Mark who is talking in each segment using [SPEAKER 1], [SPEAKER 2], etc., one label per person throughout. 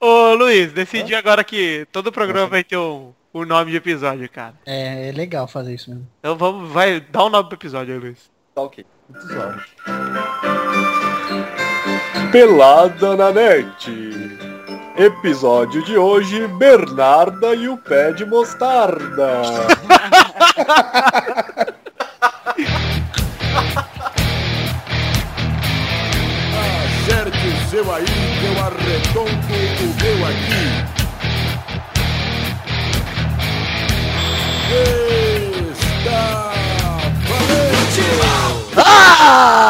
[SPEAKER 1] Ô Luiz, decidi agora que todo programa vai ter um, um nome de episódio, cara.
[SPEAKER 2] É, é legal fazer isso mesmo.
[SPEAKER 1] Então vamos, vai, dá um nome pro episódio aí, Luiz.
[SPEAKER 3] Tá ok. Muito zoado. Pelada na net. Episódio de hoje, Bernarda e o pé de mostarda. Acerte o seu aí, que eu arredondo o meu aqui. Está valente!
[SPEAKER 4] Ah!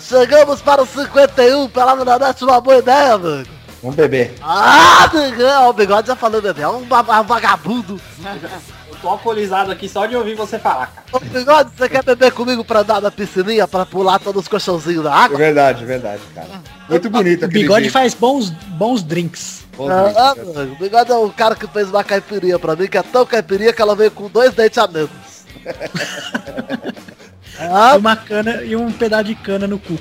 [SPEAKER 4] Chegamos para o 51, pelado na net, uma boa ideia, mano.
[SPEAKER 5] Vamos beber.
[SPEAKER 4] Ah, Bigão, o bigode já falou, bebê, é um ba- ba- vagabundo.
[SPEAKER 6] Eu tô alcoolizado aqui só de ouvir você falar, cara.
[SPEAKER 4] Ô, bigode, você quer beber comigo pra andar na piscininha, pra pular todos os colchãozinhos da
[SPEAKER 5] É
[SPEAKER 4] água?
[SPEAKER 5] verdade, é verdade, cara. Muito bonito
[SPEAKER 2] O
[SPEAKER 5] aquele
[SPEAKER 2] bigode
[SPEAKER 5] vídeo.
[SPEAKER 2] faz bons, bons drinks.
[SPEAKER 5] Bom vídeo,
[SPEAKER 4] Ah,
[SPEAKER 5] cara.
[SPEAKER 4] mano, o bigode é o cara que fez uma caipirinha pra mim, que é tão caipirinha que ela veio com dois dentes a menos.
[SPEAKER 2] E
[SPEAKER 4] ah,
[SPEAKER 2] uma cana e um pedaço de cana no cu.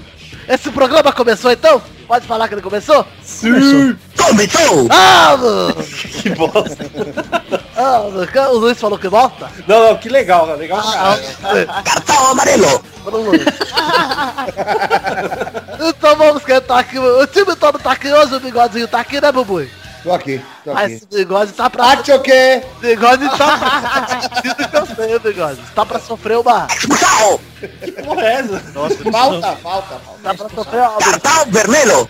[SPEAKER 4] esse programa começou então? Pode falar que ele começou?
[SPEAKER 2] Começou.
[SPEAKER 4] Ah, mano!
[SPEAKER 3] Que bosta.
[SPEAKER 4] Ah, mano, que- o Luiz falou que volta?
[SPEAKER 3] Não, não, que legal, né? legal, cara.
[SPEAKER 4] Vamos, Luiz. então vamos que tá aqui. O time todo tá aqui hoje, o bigodinho tá aqui, né, Bubu?
[SPEAKER 5] Tô aqui, tô
[SPEAKER 4] Mas
[SPEAKER 5] aqui. é.
[SPEAKER 4] esse bigode tá pra.
[SPEAKER 5] Arte o quê?
[SPEAKER 4] Bigode tá pra. Diz o que eu sei, bigode. Tá pra sofrer uma.
[SPEAKER 6] Que porra é essa?
[SPEAKER 5] Falta, falta, falta.
[SPEAKER 4] Tá pra sofrer uma.
[SPEAKER 7] Cartão vermelho!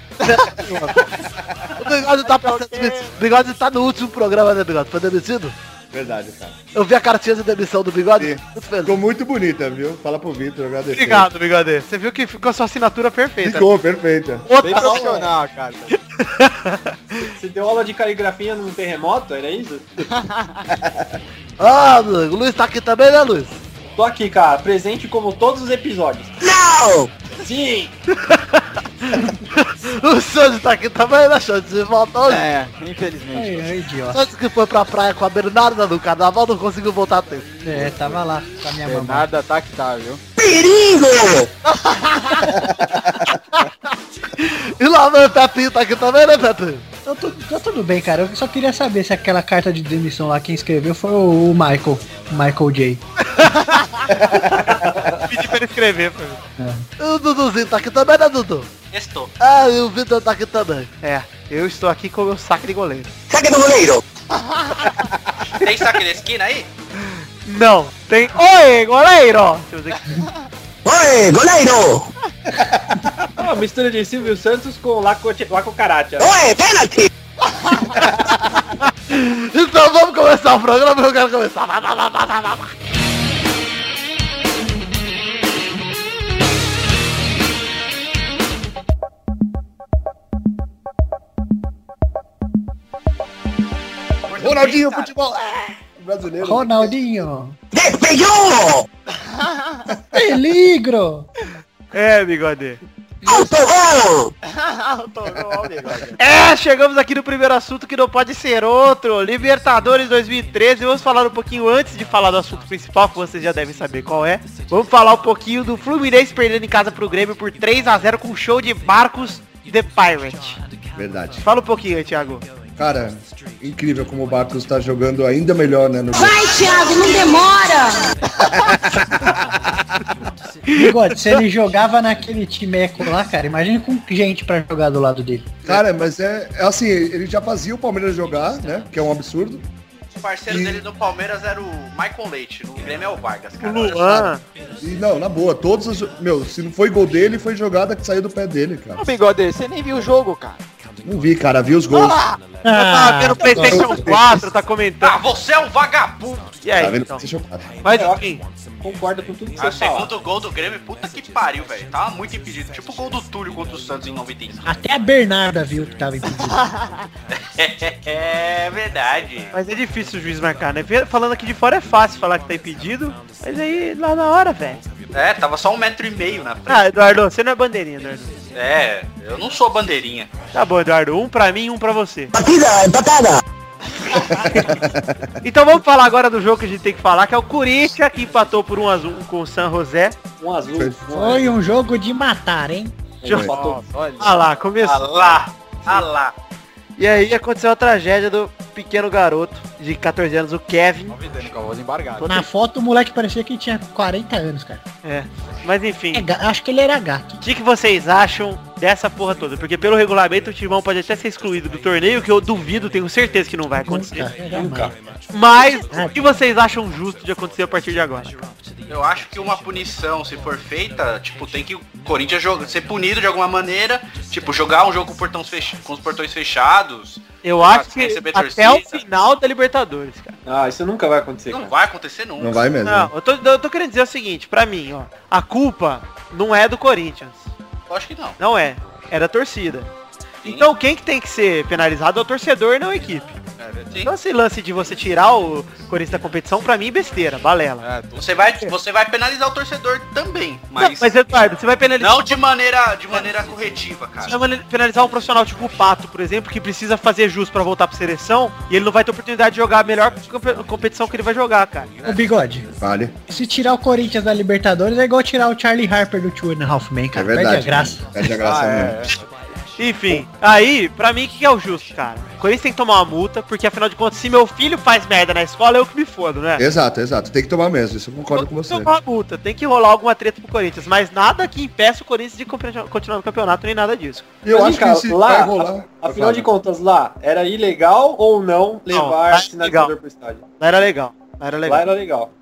[SPEAKER 4] O bigode tá pra ser demitido. O bigode tá no último programa, né, bigode? Foi demitido?
[SPEAKER 5] Verdade, cara.
[SPEAKER 4] Eu vi a cartinha de demissão do bigode.
[SPEAKER 5] Sim.
[SPEAKER 4] Muito feliz.
[SPEAKER 5] Ficou muito bonita, viu? Fala pro Vitor, agradecer.
[SPEAKER 1] Obrigado, bigode. Você viu que ficou sua assinatura perfeita.
[SPEAKER 5] Ficou, perfeita.
[SPEAKER 3] Bem
[SPEAKER 4] Outra
[SPEAKER 3] profissional, cara.
[SPEAKER 6] Você deu aula de caligrafia num terremoto, era isso?
[SPEAKER 4] Ah, mano, o Luiz tá aqui também, né, Luiz?
[SPEAKER 6] Tô aqui, cara, presente como todos os episódios.
[SPEAKER 7] Não!
[SPEAKER 6] Sim!
[SPEAKER 4] O Xande tá aqui também, né, Xande? Você volta hoje.
[SPEAKER 8] É, infelizmente.
[SPEAKER 2] É, é idiota.
[SPEAKER 4] Antes que foi pra praia com a Bernarda no carnaval, não conseguiu voltar a tempo.
[SPEAKER 2] É, tava lá com a minha
[SPEAKER 8] É
[SPEAKER 2] mamãe.
[SPEAKER 8] nada tá que tá, viu?
[SPEAKER 7] Perigo!
[SPEAKER 4] E lá, meu Pepinho tá aqui também, né, Pepinho?
[SPEAKER 2] Então, tu- tá tudo bem, cara. Eu só queria saber se aquela carta de demissão lá, quem escreveu foi o, o Michael. Michael J.
[SPEAKER 1] Pedi pra ele escrever pra mim.
[SPEAKER 4] E o Duduzinho tá aqui também, né, Dudu?
[SPEAKER 6] Estou.
[SPEAKER 4] Ah, e o Vitor tá aqui também.
[SPEAKER 1] É, eu estou aqui com o meu saque de goleiro.
[SPEAKER 7] Saque do goleiro!
[SPEAKER 6] Tem saque de esquina aí?
[SPEAKER 1] Não, tem... Oi, goleiro! Deixa eu ver aqui.
[SPEAKER 7] Oi, goleiro!
[SPEAKER 6] Ah, mistura de Silvio Santos com Laco, Laco Karate. ó.
[SPEAKER 7] Oi, pênalti!
[SPEAKER 4] Então vamos começar o programa, eu quero começar. Vá, vá, vá, vá, vá, vá, vá.
[SPEAKER 5] Ronaldinho, futebol. É. Brasileiro.
[SPEAKER 2] Ronaldinho.
[SPEAKER 7] Despejou!
[SPEAKER 2] Peligro.
[SPEAKER 1] É, bigode.
[SPEAKER 7] Autogol!
[SPEAKER 1] É, chegamos aqui no primeiro assunto que não pode ser outro. Libertadores 2013. Vamos falar um pouquinho antes de falar do assunto principal, que vocês já devem saber qual é. Vamos falar um pouquinho do Fluminense perdendo em casa pro Grêmio por 3 a 0 com o show de Marcos The Pirate.
[SPEAKER 5] Verdade.
[SPEAKER 1] Fala um pouquinho aí, Thiago.
[SPEAKER 5] Cara, incrível como o Barcos tá jogando ainda melhor, né? No jogo.
[SPEAKER 9] Thiago, não demora!
[SPEAKER 2] Bigode, se ele jogava naquele timeco lá, cara, imagina com gente pra jogar do lado dele.
[SPEAKER 5] Cara, mas é, é assim, ele já fazia o Palmeiras jogar, né? Que é um absurdo.
[SPEAKER 10] O parceiro
[SPEAKER 5] E-
[SPEAKER 10] dele no Palmeiras era o Michael Leite, no Grêmio é o Vargas,
[SPEAKER 1] O
[SPEAKER 10] cara. Olha só.
[SPEAKER 1] Luan.
[SPEAKER 5] E não, na boa, todos os. Meu, se não foi gol dele, foi jogada que saiu do pé dele, cara.
[SPEAKER 8] Ô, bigode, é você nem viu o jogo, cara.
[SPEAKER 5] Não vi, cara, vi os gols.
[SPEAKER 1] Ah, tá vendo o Playstation 4, tá comentando.
[SPEAKER 10] Ah, você é um vagabundo!
[SPEAKER 1] E
[SPEAKER 5] Tá
[SPEAKER 1] aí,
[SPEAKER 5] vendo?
[SPEAKER 1] então?
[SPEAKER 5] Você chocado.
[SPEAKER 1] Mas enfim,
[SPEAKER 6] Concordo com tudo que
[SPEAKER 10] Ah,
[SPEAKER 6] você fala.
[SPEAKER 10] segundo gol do Grêmio, puta que pariu, velho. Tava muito impedido. Tipo o gol do Túlio contra o Santos em 95.
[SPEAKER 2] Até a Bernarda viu que tava impedido.
[SPEAKER 10] É verdade.
[SPEAKER 1] mas é difícil o juiz marcar, né? Falando aqui de fora é fácil falar que tá impedido, mas aí lá na hora, velho.
[SPEAKER 10] É, tava só um metro e meio na frente.
[SPEAKER 1] Ah, Eduardo, você não é bandeirinha, Eduardo.
[SPEAKER 10] É, eu não sou bandeirinha.
[SPEAKER 1] Tá bom, Eduardo. Um pra mim, um pra você.
[SPEAKER 7] Partida empatada!
[SPEAKER 1] Então vamos falar agora do jogo que a gente tem que falar, que é o Corinthians, que empatou por 1x1 com o San José.
[SPEAKER 6] Um azul. Um
[SPEAKER 2] Foi um jogo de matar, hein?
[SPEAKER 1] Já
[SPEAKER 5] Foi.
[SPEAKER 6] azul.
[SPEAKER 8] Olha,
[SPEAKER 1] Ah lá, começou.
[SPEAKER 10] Alá, alá.
[SPEAKER 1] E aí aconteceu a tragédia do pequeno garoto de 14 anos, o Kevin.
[SPEAKER 8] Convidando com a voz embargada.
[SPEAKER 2] Na foto o moleque parecia que tinha 40 anos, cara.
[SPEAKER 1] É. Mas
[SPEAKER 2] É
[SPEAKER 1] enfim,
[SPEAKER 2] ga- acho que ele era gato.
[SPEAKER 1] o que, que vocês acham dessa porra toda? Porque pelo regulamento o Timão pode até ser excluído do torneio, que eu duvido, tenho certeza que não vai acontecer.
[SPEAKER 2] Nunca, jamais.
[SPEAKER 1] Mas o que vocês acham justo de acontecer a partir de agora?
[SPEAKER 10] Eu acho que uma punição, se for feita, tipo, tem que o Corinthians joga- ser punido de alguma maneira. Tipo, jogar um jogo com, portões fech- com os portões fechados.
[SPEAKER 1] Eu acho
[SPEAKER 10] Sem
[SPEAKER 1] que
[SPEAKER 10] receber
[SPEAKER 1] até o
[SPEAKER 10] torcida.
[SPEAKER 1] final da Libertadores, cara.
[SPEAKER 6] Ah, isso nunca vai acontecer,
[SPEAKER 10] Não
[SPEAKER 6] cara.
[SPEAKER 10] vai acontecer nunca.
[SPEAKER 5] Não vai mesmo. né?
[SPEAKER 1] Não, eu tô, eu tô querendo dizer o seguinte, pra mim, ó, a culpa não é do Corinthians.
[SPEAKER 10] Eu acho que não.
[SPEAKER 1] Não é. É da torcida. Então quem que tem que ser penalizado é o torcedor e não a equipe.
[SPEAKER 10] É, Sim.
[SPEAKER 1] Então esse lance de você tirar o Corinthians da competição, pra mim, é besteira, balela.
[SPEAKER 8] É, tô-
[SPEAKER 10] Você vai, você vai penalizar o torcedor também,
[SPEAKER 1] Mas,
[SPEAKER 10] mas
[SPEAKER 1] não, mas Eduardo, você vai penalizar,
[SPEAKER 10] não de maneira, de maneira
[SPEAKER 6] É,
[SPEAKER 10] corretiva,
[SPEAKER 1] você
[SPEAKER 10] cara.
[SPEAKER 1] vai penalizar um profissional tipo o Pato, por exemplo, que precisa fazer jus pra voltar pra seleção e ele não vai ter oportunidade de jogar a melhor compe- competição que ele vai jogar, cara.
[SPEAKER 2] Ô bigode,
[SPEAKER 5] Vale. é
[SPEAKER 2] se tirar o Corinthians da Libertadores é igual tirar o Charlie Harper do Two and a Half Men,
[SPEAKER 5] É
[SPEAKER 2] cara.
[SPEAKER 5] verdade.
[SPEAKER 2] Perde a graça.
[SPEAKER 5] Perde a graça
[SPEAKER 8] Ah, é,
[SPEAKER 5] mesmo.
[SPEAKER 1] Enfim, aí, pra mim, o que, que é o justo, cara? O Corinthians tem que tomar uma multa, porque afinal de contas, se meu filho faz merda na escola, eu que me fodo, né?
[SPEAKER 5] Exato, exato. Tem que tomar mesmo. Isso eu concordo
[SPEAKER 1] Tem
[SPEAKER 5] com
[SPEAKER 1] que
[SPEAKER 5] você.
[SPEAKER 4] Então,
[SPEAKER 1] tomar é uma multa, tem que rolar alguma treta pro Corinthians, mas nada que impeça o Corinthians de compre- continuar no campeonato, nem nada disso.
[SPEAKER 5] E eu
[SPEAKER 6] Mas,
[SPEAKER 5] acho que
[SPEAKER 6] cara,
[SPEAKER 5] esse
[SPEAKER 6] lá,
[SPEAKER 5] vai rolar.
[SPEAKER 6] Afinal de
[SPEAKER 5] Vai,
[SPEAKER 6] contas, lá, era ilegal ou não levar
[SPEAKER 1] lá é
[SPEAKER 6] sinalizador pro estádio?
[SPEAKER 1] Não era legal, não era legal.
[SPEAKER 6] Lá era legal.
[SPEAKER 5] vai.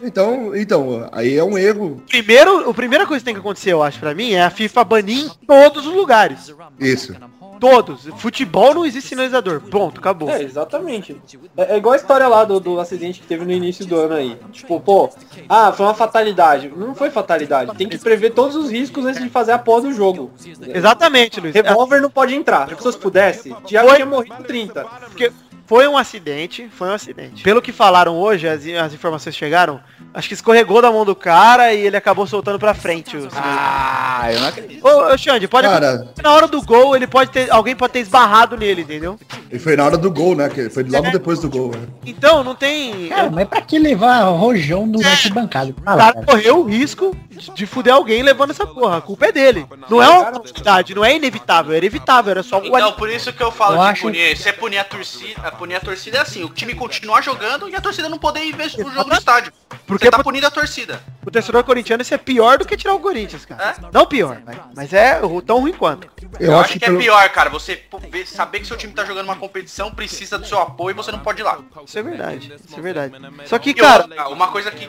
[SPEAKER 5] Então, então, aí é um erro.
[SPEAKER 1] Primeiro, a primeira coisa que tem que acontecer, eu acho, pra mim, é a FIFA banir em todos os lugares.
[SPEAKER 5] Isso.
[SPEAKER 1] Todos. Futebol não existe sinalizador. Pronto, acabou.
[SPEAKER 6] É, exatamente. É, é igual a história lá do, do acidente que teve no início do ano aí. Tipo, pô, ah, foi uma fatalidade. Não foi fatalidade. Tem que prever todos os riscos antes de fazer a pós do jogo.
[SPEAKER 1] Exatamente, Luiz.
[SPEAKER 6] Revólver não pode entrar. Se pessoas pudesse, Thiago tinha morrido com 30.
[SPEAKER 1] Porque foi um acidente, foi um acidente. Pelo que falaram hoje, as, as informações chegaram, acho que escorregou da mão do cara e ele acabou soltando pra frente. O
[SPEAKER 8] Ah, eu não acredito.
[SPEAKER 1] Ô, ô, Xande, pode
[SPEAKER 5] Cara.
[SPEAKER 1] acontecer na hora do gol, ele pode ter. Alguém pode ter esbarrado nele, entendeu?
[SPEAKER 5] E foi na hora do gol, né? Que foi logo depois do gol. né?
[SPEAKER 1] Então não tem.
[SPEAKER 2] Cara,
[SPEAKER 1] o
[SPEAKER 2] mas pra que levar rojão no arquibancado? Fala,
[SPEAKER 1] cara
[SPEAKER 2] É, cara.
[SPEAKER 1] correu o risco de, de fuder alguém levando essa porra. A culpa é dele. Não é uma oportunidade, não é inevitável, era evitável, era só o
[SPEAKER 10] Então, por isso que eu falo
[SPEAKER 2] Eu
[SPEAKER 10] de
[SPEAKER 2] acho-
[SPEAKER 10] punir. Você punir a torcida, punir a torcida é assim, o time continuar jogando e a torcida não poder ir ver o jogo no estádio.
[SPEAKER 1] Porque
[SPEAKER 10] Você tá
[SPEAKER 1] pro-
[SPEAKER 10] punindo a torcida.
[SPEAKER 1] O torcedor corintiano isso é pior do que tirar o Corinthians, cara.
[SPEAKER 10] É?
[SPEAKER 1] Não pior, mas- mas é tão ruim quanto.
[SPEAKER 5] Eu, acho que,
[SPEAKER 10] que é
[SPEAKER 5] pelo-
[SPEAKER 10] pior, cara. Você pô, ver- saber que seu time tá jogando uma competição, precisa do seu apoio e você não pode ir lá.
[SPEAKER 1] Isso é verdade, isso é verdade. Só que,
[SPEAKER 10] E outra,
[SPEAKER 1] cara,
[SPEAKER 10] cara, uma coisa que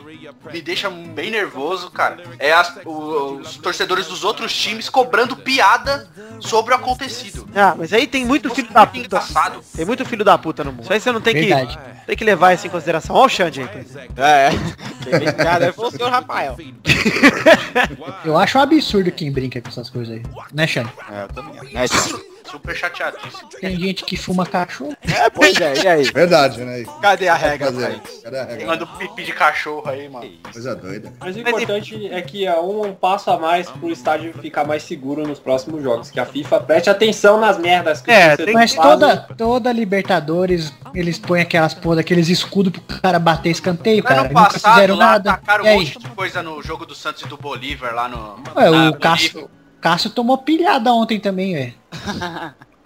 [SPEAKER 10] me deixa bem nervoso, cara, é as- o- os torcedores dos outros times cobrando piada sobre o acontecido.
[SPEAKER 1] ah, mas aí tem muito filho da
[SPEAKER 10] Muito
[SPEAKER 1] puta.
[SPEAKER 10] engraçado.
[SPEAKER 1] Tem muito filho da puta no mundo. Isso aí você não tem
[SPEAKER 2] Verdade.
[SPEAKER 1] que tem que levar isso em consideração. Ó o Xande aí, por exemplo.
[SPEAKER 8] É, é. Cara, é o senhor Rafael.
[SPEAKER 2] Eu acho um absurdo quem brinca com essas coisas aí. Né, Xane?
[SPEAKER 8] É, eu também. É, tio.
[SPEAKER 10] Super chateado disso.
[SPEAKER 2] Tem gente que fuma cachorro.
[SPEAKER 8] É, pois é, e aí?
[SPEAKER 5] Verdade, né?
[SPEAKER 8] Cadê a
[SPEAKER 5] Pode
[SPEAKER 8] regra,
[SPEAKER 5] fazer.
[SPEAKER 8] velho?
[SPEAKER 5] Cadê a regra?
[SPEAKER 10] Manda um pipi de cachorro aí, mano.
[SPEAKER 5] Coisa doida.
[SPEAKER 6] Mas o importante é que há um, um passo a mais pro estádio ficar mais seguro nos próximos jogos. Que a FIFA preste atenção nas merdas que tá
[SPEAKER 1] É,
[SPEAKER 6] torcedores
[SPEAKER 1] tem-
[SPEAKER 2] Mas
[SPEAKER 6] fazem.
[SPEAKER 2] toda, toda Libertadores, eles põem aquelas porra daqueles escudos pro cara bater escanteio, cara.
[SPEAKER 10] Ano
[SPEAKER 2] Nunca
[SPEAKER 10] passado
[SPEAKER 2] fizeram
[SPEAKER 10] lá
[SPEAKER 2] nada.
[SPEAKER 10] atacaram
[SPEAKER 2] E
[SPEAKER 10] um
[SPEAKER 2] aí?
[SPEAKER 10] monte de coisa no jogo do Santos e do Bolívar lá no.
[SPEAKER 2] Ué,
[SPEAKER 10] na
[SPEAKER 2] o
[SPEAKER 10] Bolívia.
[SPEAKER 2] Cássio, Cássio tomou pilhada ontem também, velho.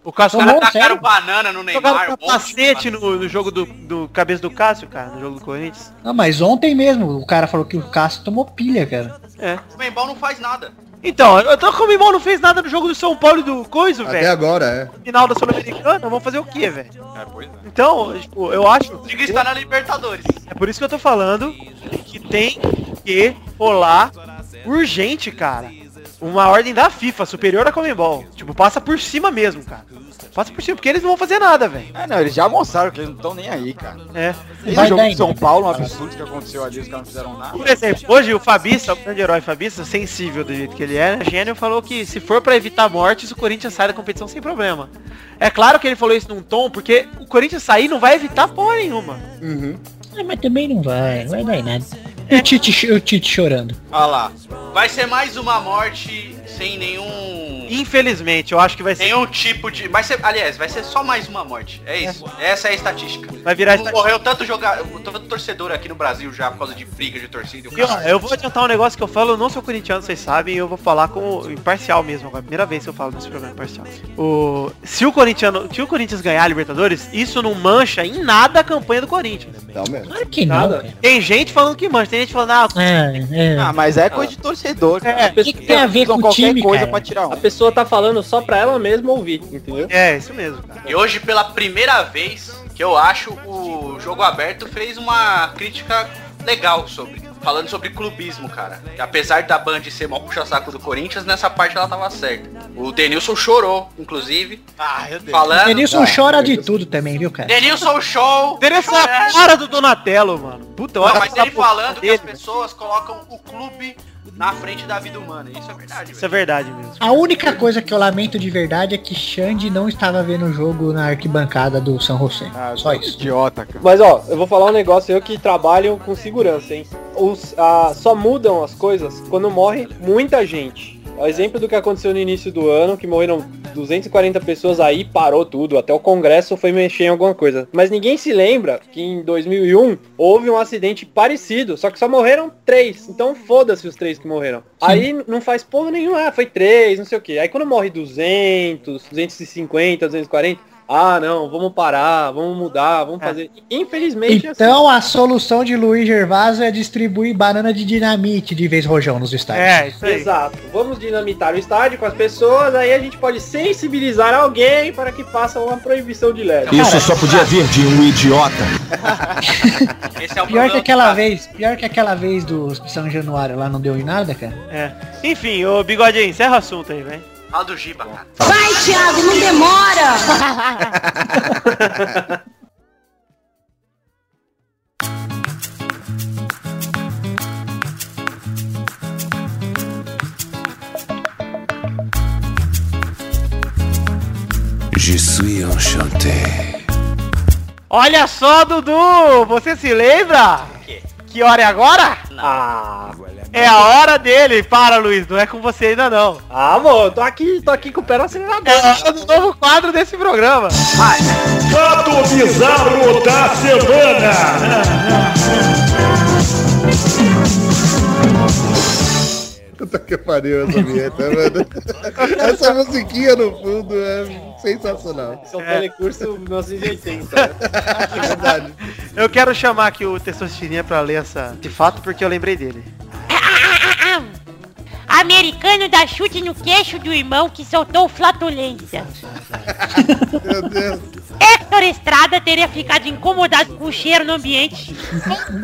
[SPEAKER 1] O Cássio
[SPEAKER 10] Os
[SPEAKER 2] tomou, um
[SPEAKER 10] caras tacaram
[SPEAKER 2] sério?
[SPEAKER 10] banana no Neymar.
[SPEAKER 1] jogava
[SPEAKER 10] um monte de
[SPEAKER 1] capacete no, no jogo do, do cabeça do Cássio, cara, no jogo do Corinthians.
[SPEAKER 2] Não, mas ontem mesmo o cara falou que o Cássio tomou pilha, cara.
[SPEAKER 1] É.
[SPEAKER 10] banana. O Membal não faz nada.
[SPEAKER 1] Então, eu tô com o Mimão não fez nada no jogo do São Paulo e do Coiso,
[SPEAKER 5] Até
[SPEAKER 1] velho.
[SPEAKER 5] agora, é.
[SPEAKER 1] Final da Sul-Americana, vamos fazer o quê, velho?
[SPEAKER 8] É, pois é.
[SPEAKER 1] Então, tipo, eu acho.
[SPEAKER 10] O Tigre está na Libertadores.
[SPEAKER 1] É por isso que eu tô falando que tem que rolar urgente, cara. Uma ordem da FIFA, superior à Comembol. Tipo, passa por cima mesmo, cara. Passa por cima, porque eles não vão fazer nada, velho.
[SPEAKER 8] Ah, não, eles já mostraram que eles não estão nem aí, cara.
[SPEAKER 1] É.
[SPEAKER 8] Tem
[SPEAKER 2] Vai
[SPEAKER 8] o jogo
[SPEAKER 2] dar
[SPEAKER 8] de São
[SPEAKER 2] ainda.
[SPEAKER 8] Paulo, um absurdo que aconteceu ali, os caras não fizeram nada.
[SPEAKER 1] Por exemplo, hoje o Fabista, o grande herói Fabista, sensível do jeito que ele é, né, gênio, falou que se for pra evitar mortes, o Corinthians sai da competição sem problema. É claro que ele falou isso num tom, porque o Corinthians sair não vai evitar porra nenhuma.
[SPEAKER 5] Uhum.
[SPEAKER 2] Ah, mas também não vai, não vai dar em nada. E o Tite, o Tite chorando.
[SPEAKER 8] Olha lá.
[SPEAKER 10] Vai ser mais uma morte sem nenhum.
[SPEAKER 1] Infelizmente, eu acho que vai ser.
[SPEAKER 10] Nenhum tipo de. Mas, cê- aliás, vai ser só mais uma morte. É isso. Essa é a estatística.
[SPEAKER 1] Vai virar
[SPEAKER 10] Não
[SPEAKER 1] estatística.
[SPEAKER 10] Morreu tanto jogar, tanto torcedor aqui no Brasil já por causa de briga de torcida. e o
[SPEAKER 1] E, ó,
[SPEAKER 10] caralho.
[SPEAKER 1] eu vou adiantar um negócio que eu falo, eu não sou corintiano, vocês sabem, e eu vou falar com imparcial mesmo agora. Primeira vez que eu falo nesse programa imparcial. O, se, o corintiano, se o Corinthians ganhar a Libertadores, isso não mancha em nada a campanha do Corinthians.
[SPEAKER 5] Não, Tá mesmo.
[SPEAKER 2] Claro que não,
[SPEAKER 6] Nada.
[SPEAKER 2] cara.
[SPEAKER 1] Tem gente falando que mancha, tem gente falando, ah,
[SPEAKER 2] É, é.
[SPEAKER 8] Ah, mas é coisa de torcedor, cara.
[SPEAKER 2] O que, que tem a ver com
[SPEAKER 8] Usam
[SPEAKER 2] o
[SPEAKER 8] qualquer
[SPEAKER 2] time,
[SPEAKER 8] coisa
[SPEAKER 2] cara?
[SPEAKER 8] pra tirar
[SPEAKER 6] A
[SPEAKER 8] um.
[SPEAKER 6] pessoa tá falando só pra ela mesma ouvir, entendeu?
[SPEAKER 1] é, isso mesmo. cara.
[SPEAKER 10] E hoje, pela primeira vez, que eu acho, o Jogo Aberto fez uma crítica legal sobre. Falando sobre clubismo, cara. E apesar da Band ser mal puxa-saco do Corinthians, nessa parte ela tava certa. O Denilson chorou, inclusive.
[SPEAKER 8] Ah, meu Deus.
[SPEAKER 10] Falando.
[SPEAKER 2] Denilson chora
[SPEAKER 8] É
[SPEAKER 2] de tudo também, viu, cara?
[SPEAKER 10] Denilson show!
[SPEAKER 1] Interessa a cara do Donatello, mano. Puta,
[SPEAKER 10] Não,
[SPEAKER 1] olha
[SPEAKER 10] mas
[SPEAKER 1] essa
[SPEAKER 10] ele
[SPEAKER 1] porra
[SPEAKER 10] falando que
[SPEAKER 1] dele,
[SPEAKER 10] as pessoas colocam o clube na frente da vida humana. Isso é verdade,
[SPEAKER 1] Isso é
[SPEAKER 10] velho.
[SPEAKER 1] verdade mesmo.
[SPEAKER 2] A única coisa que eu lamento de verdade é que Xande não estava vendo o jogo na arquibancada do São José.
[SPEAKER 8] Ah,
[SPEAKER 2] Só isso.
[SPEAKER 8] Idiota, cara.
[SPEAKER 6] Mas ó, eu vou falar um negócio, eu que trabalho com segurança, hein? Os, ah, só mudam as coisas quando morre muita gente. É o exemplo do que aconteceu no início do ano, que morreram 240 pessoas aí, parou tudo, até o Congresso foi mexer em alguma coisa. Mas ninguém se lembra que em 2001 houve um acidente parecido, só que só morreram três. Então foda-se os três que morreram. Aí não faz porra nenhuma, ah, foi três, não sei o quê. Aí quando morre 200, 250, 240, ah não, vamos parar, vamos mudar, vamos
[SPEAKER 1] É.
[SPEAKER 6] fazer. Infelizmente é assim.
[SPEAKER 2] Então a solução de Luiz Gervásio é distribuir banana de dinamite de vez rojão nos
[SPEAKER 10] Tá.
[SPEAKER 2] estádios.
[SPEAKER 1] É, isso aí.
[SPEAKER 6] Exato. Vamos dinamitar o estádio com as pessoas, aí a gente pode sensibilizar alguém para que faça uma proibição de leve.
[SPEAKER 2] Isso
[SPEAKER 7] só podia vir de um idiota.
[SPEAKER 10] Esse é
[SPEAKER 2] Pior
[SPEAKER 10] o
[SPEAKER 2] que
[SPEAKER 10] problema.
[SPEAKER 2] aquela vez, pior que aquela vez do São Januário lá não deu em nada, cara.
[SPEAKER 1] É. Enfim, ô Bigodinho, encerra o assunto aí, velho.
[SPEAKER 10] Fala do Giba, cara.
[SPEAKER 9] Vai, Thiago, não demora!
[SPEAKER 7] Je suis enchanté.
[SPEAKER 1] Olha só, Dudu! Você se lembra?
[SPEAKER 10] quê?
[SPEAKER 1] Que hora é agora?
[SPEAKER 6] Ah,
[SPEAKER 1] É a hora dele! Para, Luiz, não é com você ainda não.
[SPEAKER 6] ah, amor, tô aqui, tô aqui com o pé no acelerador.
[SPEAKER 1] É a hora do novo quadro desse programa.
[SPEAKER 3] Fato bizarro da semana!
[SPEAKER 5] Puta que pariu essa vinheta, mano. Essa musiquinha no fundo é sensacional.
[SPEAKER 6] Esse é um
[SPEAKER 1] É.
[SPEAKER 6] telecurso 1980.
[SPEAKER 5] É verdade.
[SPEAKER 1] Eu quero chamar aqui o Testosterinha pra ler essa, de fato porque eu lembrei dele.
[SPEAKER 9] Ah, Americano dá chute no queixo do irmão que soltou flatulência.
[SPEAKER 5] Meu Deus.
[SPEAKER 9] Hector Estrada teria ficado incomodado com o cheiro no ambiente.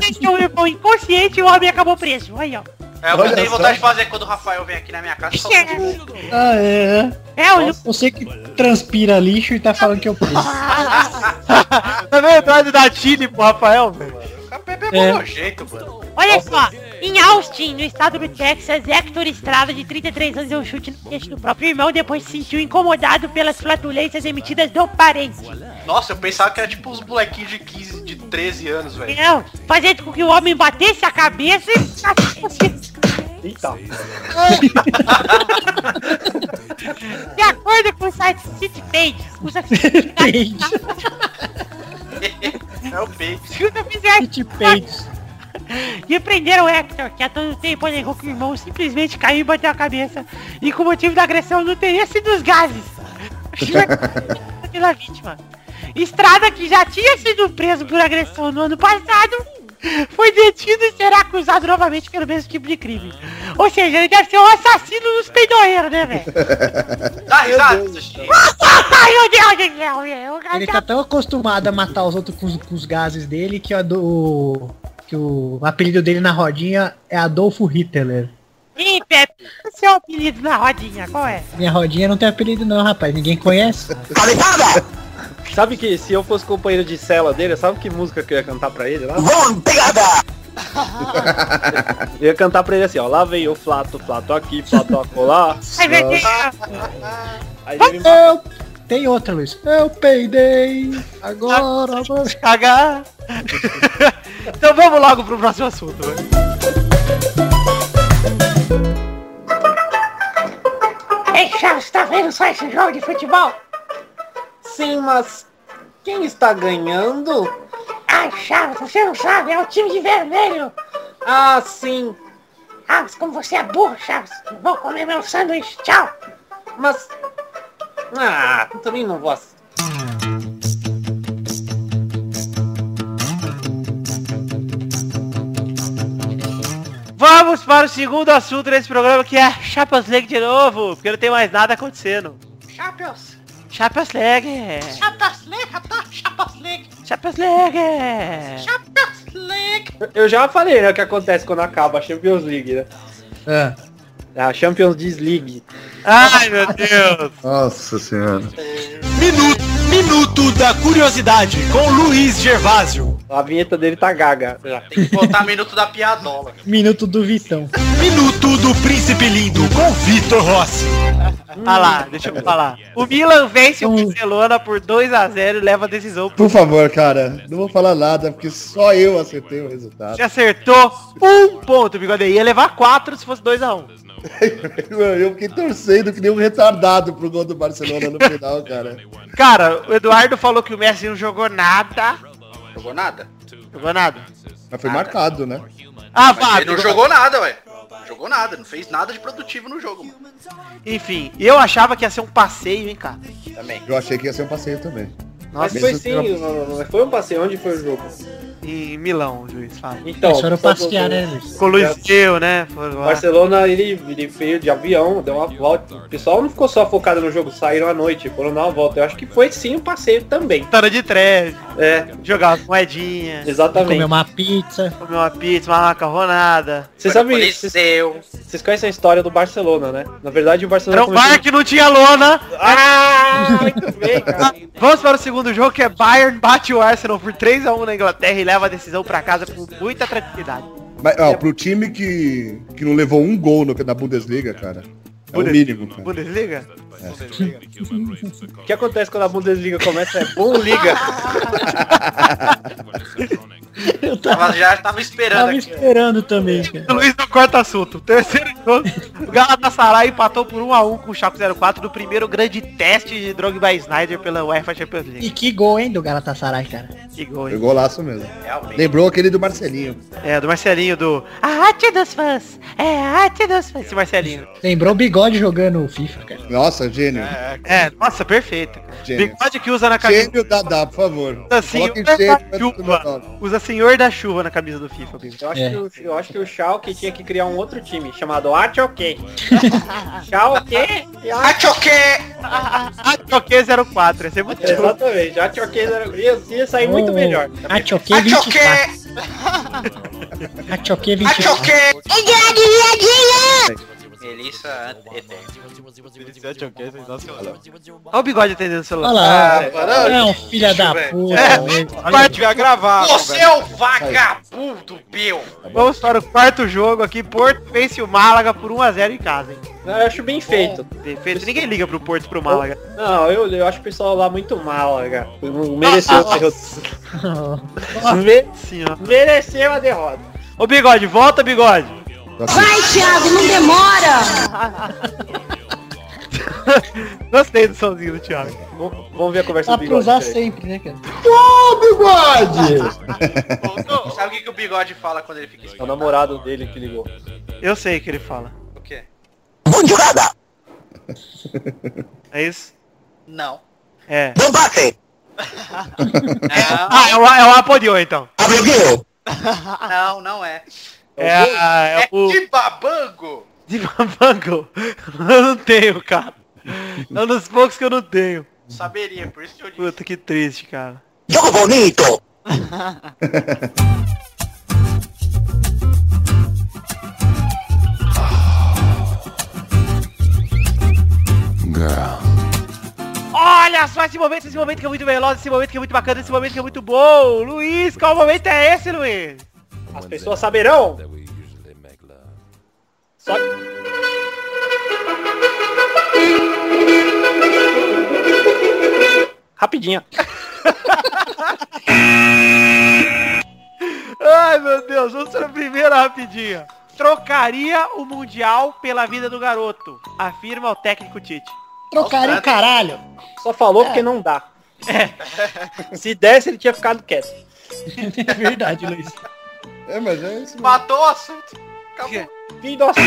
[SPEAKER 9] Deixou o irmão inconsciente e o homem acabou preso. Aí, ó.
[SPEAKER 10] É o que
[SPEAKER 5] Olha
[SPEAKER 10] eu tenho
[SPEAKER 5] só.
[SPEAKER 10] vontade de fazer quando o Rafael vem aqui na minha casa. Só... um
[SPEAKER 2] Ah, é. é.
[SPEAKER 9] É, o Lu-
[SPEAKER 2] Você que transpira lixo e tá falando que eu preso.
[SPEAKER 1] Na verdade, da Chile pro Rafael, velho.
[SPEAKER 10] É o jeito, mano.
[SPEAKER 9] olha só. Em Austin, no estado do Texas, Hector Estrada, de 33 anos, deu um chute no queixo do próprio irmão depois se sentiu incomodado pelas flatulências emitidas do parente.
[SPEAKER 10] Nossa, eu pensava que era tipo os molequinhos de 15, de 13 anos, velho.
[SPEAKER 9] Não, fazendo com que o homem batesse a cabeça e...
[SPEAKER 6] Eita.
[SPEAKER 9] De acordo com o site CityPage, os
[SPEAKER 2] Page.
[SPEAKER 9] oficiais...
[SPEAKER 10] É o peito.
[SPEAKER 9] Os oficiais
[SPEAKER 2] Pit Page.
[SPEAKER 9] E prenderam o Hector, que a todo tempo negou que o irmão simplesmente caiu e bateu a cabeça. E com motivo da agressão não teria sido os gases. pela vítima. Estrada, que já tinha sido preso por agressão no ano passado, foi detido e será acusado novamente pelo mesmo tipo de crime. Ou seja, ele deve ser um assassino dos peidoeiros, né, velho?
[SPEAKER 10] Dá risada, Testosterinha.
[SPEAKER 9] Ai, meu Deus, meu Deus, meu Deus.
[SPEAKER 2] Ele tá tão acostumado a matar os outros com, os- com os gases dele que, a do, que o apelido dele na rodinha é Adolfo Hitler.
[SPEAKER 9] Ih, Pepe, seu apelido na rodinha, qual é?
[SPEAKER 2] Minha rodinha não tem apelido não, rapaz. Ninguém conhece.
[SPEAKER 7] Cabeçada,
[SPEAKER 6] Sabe que se eu fosse companheiro de cela dele, sabe que música que eu ia cantar pra ele lá?
[SPEAKER 7] bom pegada.
[SPEAKER 6] Eu ia cantar pra ele assim, ó, lá vem o flato, flato aqui, flato acolá.
[SPEAKER 9] Ai, meu Deus.
[SPEAKER 6] Aí ele me
[SPEAKER 2] Eu... Tem outra, Luiz. Eu peidei. Agora...
[SPEAKER 1] Cagar. então vamos logo pro próximo assunto, velho.
[SPEAKER 9] Ei, já está vendo só esse jogo de futebol?
[SPEAKER 6] Sim, mas quem está ganhando?
[SPEAKER 9] Ai, Charles, você não sabe, é o time de vermelho.
[SPEAKER 6] Ah, sim.
[SPEAKER 9] Ah, mas como você é burro, Charles. Vou comer meu sanduíche, tchau.
[SPEAKER 6] Mas... Ah, também não vou... ass-
[SPEAKER 1] Vamos para o segundo assunto desse programa, que é Chapas League de novo, porque não tem mais nada acontecendo.
[SPEAKER 9] Champions.
[SPEAKER 1] Chapas League!
[SPEAKER 9] Champions League, tá? Champions League.
[SPEAKER 1] Chapas League!
[SPEAKER 9] Champions League.
[SPEAKER 6] Eu já falei né, o que acontece quando acaba a Champions League, né?
[SPEAKER 2] É.
[SPEAKER 6] A Champions League.
[SPEAKER 1] Ai, meu Deus!
[SPEAKER 5] Nossa senhora.
[SPEAKER 7] Minuto, minuto da curiosidade com Luiz Gervásio.
[SPEAKER 6] A vinheta dele tá gaga. já.
[SPEAKER 10] Tem que botar minuto da piadola.
[SPEAKER 2] Minuto do Vitão.
[SPEAKER 7] Minuto do Príncipe Lindo com Vitor Rossi.
[SPEAKER 1] Ah lá,
[SPEAKER 10] Hum.
[SPEAKER 1] deixa eu falar. O Milan vence
[SPEAKER 6] Então-
[SPEAKER 1] o Barcelona por 2x0 e leva a
[SPEAKER 10] Tá.
[SPEAKER 1] decisão.
[SPEAKER 5] Por favor, cara, não vou falar nada, porque só eu acertei o resultado.
[SPEAKER 1] Você acertou um ponto, Bigode. Ia levar quatro se fosse 2x1.
[SPEAKER 5] Eu fiquei torcendo que nem um retardado pro gol do Barcelona no final, cara.
[SPEAKER 1] Cara, o Eduardo falou que o Messi não jogou nada.
[SPEAKER 10] Jogou nada.
[SPEAKER 1] Jogou nada.
[SPEAKER 5] Mas foi marcado, né?
[SPEAKER 1] Ah,
[SPEAKER 10] Mas
[SPEAKER 1] vá,
[SPEAKER 10] ele não jogou nada, ué. Não jogou nada, não fez nada de produtivo no jogo, mano.
[SPEAKER 1] Enfim, eu achava que ia ser um passeio, hein, cara.
[SPEAKER 10] Também.
[SPEAKER 5] Eu achei que ia ser um passeio também.
[SPEAKER 6] Mas
[SPEAKER 1] Nossa,
[SPEAKER 6] foi
[SPEAKER 5] mesmo
[SPEAKER 6] sim,
[SPEAKER 5] que
[SPEAKER 6] não- não- foi um passeio. Onde foi o jogo?
[SPEAKER 1] em Milão, o juiz fala.
[SPEAKER 6] Então,
[SPEAKER 2] Eles foram
[SPEAKER 6] só-
[SPEAKER 2] passear, né, Luiz?
[SPEAKER 1] Com o Luiz Gil, né? Foram
[SPEAKER 6] O
[SPEAKER 1] lá.
[SPEAKER 6] É, Barcelona, ele, ele veio de avião, deu uma volta. O pessoal não ficou só focado no jogo, saíram à noite, foram dar uma volta. Eu acho que foi sim um passeio também.
[SPEAKER 1] História de treve,
[SPEAKER 6] É,
[SPEAKER 1] jogar as moedinhas,
[SPEAKER 2] Comer
[SPEAKER 6] exatamente.
[SPEAKER 2] é uma pizza.
[SPEAKER 1] comer uma pizza, uma macarronada.
[SPEAKER 6] Você sabe, vocês
[SPEAKER 10] Coliseu.
[SPEAKER 6] vocês conhecem a história do Barcelona, né? Na verdade, o Barcelona
[SPEAKER 1] Era um bar que não tinha lona.
[SPEAKER 6] Ah, muito bem, cara.
[SPEAKER 1] Vamos para o segundo jogo, que é Bayern bate o Arsenal por 3x1 na Inglaterra e leva a decisão pra casa com muita tranquilidade.
[SPEAKER 5] Mas, ó, pro time que, que não levou um gol no- na Bundesliga, cara. É o mínimo, cara.
[SPEAKER 1] Bundesliga?
[SPEAKER 6] O que acontece quando a Bundesliga começa é bom liga.
[SPEAKER 10] Tava, já tava esperando
[SPEAKER 2] Tava
[SPEAKER 10] aqui.
[SPEAKER 2] esperando também, cara.
[SPEAKER 1] O Luiz não corta assunto. Terceiro jogo, o Galatasaray empatou por 1x1 com o Chaco 04 no primeiro grande teste de Drogba e Snyder pela UEFA Champions League.
[SPEAKER 2] E que gol, hein, do Galatasaray, cara.
[SPEAKER 1] Que gol,
[SPEAKER 5] Foi
[SPEAKER 1] hein?
[SPEAKER 5] golaço mesmo.
[SPEAKER 10] Realmente.
[SPEAKER 5] Lembrou aquele do Marcelinho.
[SPEAKER 1] É, do Marcelinho, do...
[SPEAKER 9] A arte dos fãs. É a arte dos fãs.
[SPEAKER 1] Esse Marcelinho.
[SPEAKER 2] Lembrou o bigode jogando o FIFA, cara.
[SPEAKER 5] Nossa, gênio.
[SPEAKER 1] É, nossa, perfeito.
[SPEAKER 5] Gênio.
[SPEAKER 1] Bigode que usa na camisa...
[SPEAKER 5] Gênio Dadá, por favor.
[SPEAKER 1] Usa senhor
[SPEAKER 5] Coloquem
[SPEAKER 1] da
[SPEAKER 5] gênio no meu
[SPEAKER 1] chuva.
[SPEAKER 5] nome.
[SPEAKER 1] Usa senhor da chuva na camisa do FIFA, Bigo.
[SPEAKER 6] Eu acho,
[SPEAKER 2] É.
[SPEAKER 6] que, o- eu acho que o Schalke tinha que criar um outro time chamado Arte OK. Schalke?
[SPEAKER 10] Ah, choque!
[SPEAKER 1] Ah, Choque 04, ia ser
[SPEAKER 6] É,
[SPEAKER 1] muito bom.
[SPEAKER 6] Exatamente, Arte OK era- ia, ia sair muito
[SPEAKER 2] Oh,
[SPEAKER 6] melhor.
[SPEAKER 2] Achoque
[SPEAKER 10] Ah, choque!
[SPEAKER 2] 24. Achoque é
[SPEAKER 10] Ah,
[SPEAKER 2] 24.
[SPEAKER 10] choque!
[SPEAKER 7] Ligadinha!
[SPEAKER 10] Melissa é, Eterna.
[SPEAKER 1] Olha o bigode atendendo o celular.
[SPEAKER 2] Olha lá.
[SPEAKER 8] parando.
[SPEAKER 2] é um filho da
[SPEAKER 10] velho.
[SPEAKER 2] puta. mesmo.
[SPEAKER 8] Agora devia gravar.
[SPEAKER 10] Você é o vagabundo, Bill!
[SPEAKER 1] Vamos para o quarto jogo aqui. Porto vence o Málaga por 1x0 em casa, hein?
[SPEAKER 6] Eu acho bem feito.
[SPEAKER 1] Defeito. Ninguém liga pro Porto e pro Málaga.
[SPEAKER 6] Não, eu, eu acho o pessoal lá muito mal, cara. Não Mereceu, a derrota. Me-
[SPEAKER 1] Sim, ó.
[SPEAKER 6] mereceu a derrota.
[SPEAKER 1] Ô bigode, volta, bigode.
[SPEAKER 7] Vai, Thiago, não demora!
[SPEAKER 1] Gostei do somzinho do Thiago.
[SPEAKER 6] Vamos vamos ver a conversa
[SPEAKER 2] Dá
[SPEAKER 6] do
[SPEAKER 2] pra
[SPEAKER 6] bigode.
[SPEAKER 2] usar
[SPEAKER 6] peraí.
[SPEAKER 2] sempre, né, cara?
[SPEAKER 10] Voltou. Sabe o que, que o bigode fala quando ele fica
[SPEAKER 6] É o
[SPEAKER 10] espantado?
[SPEAKER 6] namorado dele que ligou.
[SPEAKER 1] Eu sei o que ele fala.
[SPEAKER 10] O quê?
[SPEAKER 7] Bom jogada!
[SPEAKER 1] É isso?
[SPEAKER 10] Não.
[SPEAKER 1] É.
[SPEAKER 7] Não bate!
[SPEAKER 1] Ah, é o, é o Apodiô, então.
[SPEAKER 7] Abre o guio!
[SPEAKER 10] Não, não é.
[SPEAKER 1] É, a- é
[SPEAKER 10] É
[SPEAKER 1] o...
[SPEAKER 10] de babango!
[SPEAKER 1] De Bango. Eu não tenho, cara. É um dos poucos que eu não tenho.
[SPEAKER 10] Saberia, por isso que eu disse.
[SPEAKER 1] Puta, que triste, cara.
[SPEAKER 7] Jogo bonito! Girl.
[SPEAKER 1] Olha só esse momento, esse momento que é muito veloz, esse momento que é muito bacana, esse momento que é muito bom. Luiz, qual momento é esse, Luiz?
[SPEAKER 6] As pessoas saberão. Só que Rapidinha.
[SPEAKER 1] Ai, meu Deus, vamos para a primeira rapidinha. trocaria o Mundial pela vida do garoto, afirma o técnico Tite.
[SPEAKER 2] Trocaria o caralho.
[SPEAKER 6] Só falou porque não dá. Se desse, ele tinha ficado quieto.
[SPEAKER 2] É verdade, Luiz.
[SPEAKER 5] É, mas é isso.
[SPEAKER 10] Matou o assunto. Acabou.
[SPEAKER 6] Fim do assunto.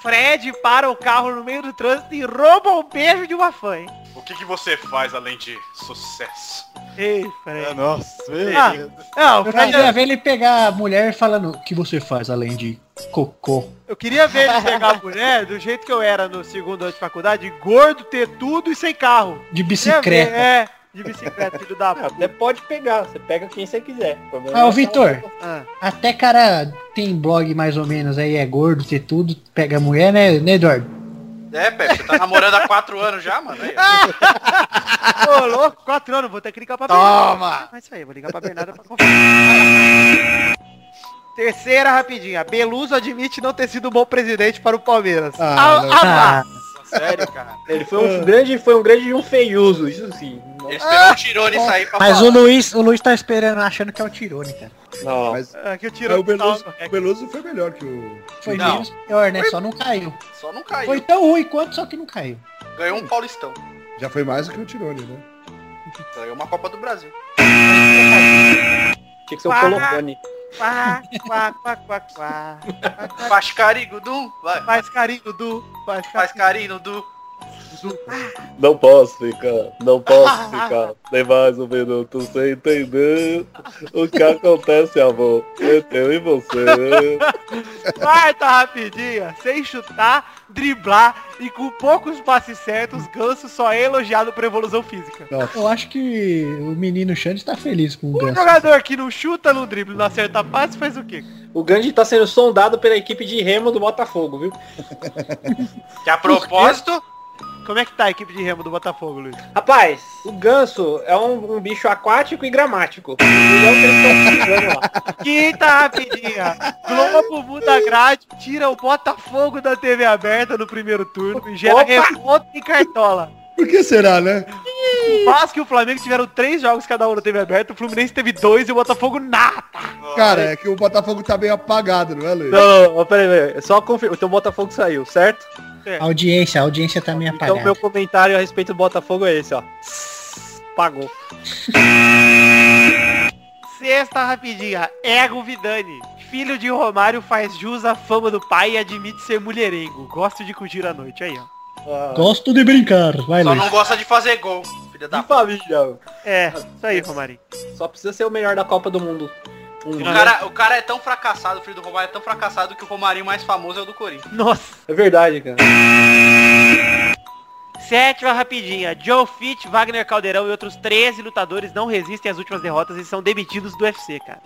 [SPEAKER 1] Fred para o carro no meio do trânsito e rouba um beijo de uma fã, hein?
[SPEAKER 11] O que, que você faz além de sucesso?
[SPEAKER 1] Ei, Fred.
[SPEAKER 5] Nossa,
[SPEAKER 1] Ah, não, o
[SPEAKER 2] Eu
[SPEAKER 1] Fred,
[SPEAKER 2] queria ver ele pegar a mulher falando, o que você faz além de cocô?
[SPEAKER 1] eu queria ver ele pegar a mulher do jeito que eu era no segundo ano de faculdade, gordo, ter tudo e sem carro. Queria
[SPEAKER 2] De
[SPEAKER 1] ver,
[SPEAKER 2] bicicleta.
[SPEAKER 1] É, de bicicleta, filho da
[SPEAKER 6] Ah,
[SPEAKER 1] puta.
[SPEAKER 6] Até pode pegar, você pega quem você quiser. O problema
[SPEAKER 2] Ah,
[SPEAKER 6] é
[SPEAKER 2] ô
[SPEAKER 6] ela-
[SPEAKER 2] Vitor,
[SPEAKER 1] Ah.
[SPEAKER 2] até cara tem blog mais ou menos aí, é gordo, ter tudo, pega a mulher, né, né Eduardo?
[SPEAKER 10] É, Pepe, você tá namorando há quatro anos já, mano. Aí, ó.
[SPEAKER 1] Ah, Ô, louco, quatro anos, vou ter que ligar pra Toma! É isso aí, vou ligar pra Bernarda pra confirmar. Terceira rapidinha. Beluso admite não ter sido um bom presidente para o Palmeiras.
[SPEAKER 5] Ah, não.
[SPEAKER 2] Ah,
[SPEAKER 10] Sério, cara.
[SPEAKER 6] Ele foi um grande, foi um grande e um feiuso, isso sim.
[SPEAKER 10] Ele esperou o Tirone
[SPEAKER 1] ah.
[SPEAKER 10] sair pra
[SPEAKER 2] mas
[SPEAKER 10] falar.
[SPEAKER 2] o Luiz, o Luiz tá esperando, achando que é o Tirone, cara.
[SPEAKER 6] Não.
[SPEAKER 5] Mas
[SPEAKER 1] Ah, que eu tiro
[SPEAKER 2] É,
[SPEAKER 5] mas o Beluso, o Beluso foi melhor que o.
[SPEAKER 2] Foi
[SPEAKER 10] Não.
[SPEAKER 2] menos pior, né? Só não caiu.
[SPEAKER 10] Só não caiu.
[SPEAKER 2] Foi tão ruim quanto, só que não caiu.
[SPEAKER 10] Ganhou um Paulistão.
[SPEAKER 5] Já foi mais do que o Tirone, né?
[SPEAKER 10] Ganhou uma Copa do Brasil.
[SPEAKER 6] Tinha que ser um colofone.
[SPEAKER 1] Quá, quá, quá, quá, quá.
[SPEAKER 10] Faz carinho, Du. Vai.
[SPEAKER 1] Faz carinho do... Faz
[SPEAKER 10] Faz
[SPEAKER 1] carinho.
[SPEAKER 10] carinho, Du.
[SPEAKER 3] Não posso ficar, não posso ficar. Nem mais um minuto sem entender o que acontece, amor. Entre eu e você.
[SPEAKER 1] Quarta rapidinha. Sem chutar, driblar e com poucos passes certos, Ganso só é elogiado por evolução física.
[SPEAKER 2] Eu acho que o menino Xande tá feliz com o
[SPEAKER 1] Um
[SPEAKER 2] Ganso.
[SPEAKER 1] jogador que não chuta no drible, não acerta passe, faz o quê?
[SPEAKER 6] O Gandhi tá sendo sondado pela equipe de remo do Botafogo, viu?
[SPEAKER 10] Que a propósito,
[SPEAKER 1] Como é que tá a equipe de remo do Botafogo, Luiz?
[SPEAKER 6] Rapaz, o ganso é um, um bicho aquático e gramático. E é o que eles tão jogando lá.
[SPEAKER 1] Quinta rapidinha. Globo muda a grade, tira o Botafogo da TV aberta no primeiro turno e gera
[SPEAKER 6] Opa!
[SPEAKER 1] revolta e cartola.
[SPEAKER 5] Por que será, né?
[SPEAKER 1] O Vasco e o Flamengo tiveram três jogos cada um na TV aberta, o Fluminense teve dois e o Botafogo nada.
[SPEAKER 5] Cara, é que o Botafogo tá meio apagado, não é, Luiz?
[SPEAKER 6] Não, não, peraí, peraí. é Só confirma. O teu Botafogo saiu, certo?
[SPEAKER 2] A audiência, a audiência tá meio
[SPEAKER 6] Então
[SPEAKER 2] apagada.
[SPEAKER 6] meu comentário a respeito do Botafogo é esse, ó. Pagou.
[SPEAKER 1] Sexta rapidinha. Ego Vidani. Filho de Romário faz jus à fama do pai e admite ser mulherengo. Gosto de curtir a noite. Aí, ó.
[SPEAKER 6] Ah,
[SPEAKER 2] Gosto de brincar, vai
[SPEAKER 10] só
[SPEAKER 2] Luiz.
[SPEAKER 10] não gosta de fazer gol. Filha da
[SPEAKER 6] De família.
[SPEAKER 1] É, isso aí, Romarinho.
[SPEAKER 6] Só precisa ser o melhor da Copa do Mundo. Um
[SPEAKER 10] O
[SPEAKER 6] dia.
[SPEAKER 10] cara, o cara é tão fracassado, o filho do Romário é tão fracassado que o Romarinho mais famoso é o do Corinthians.
[SPEAKER 1] Nossa.
[SPEAKER 6] É verdade, cara.
[SPEAKER 1] Sétima rapidinha. Joe Fitch, Wagner Caldeirão e outros 13 lutadores não resistem às últimas derrotas e são demitidos do UFC, cara.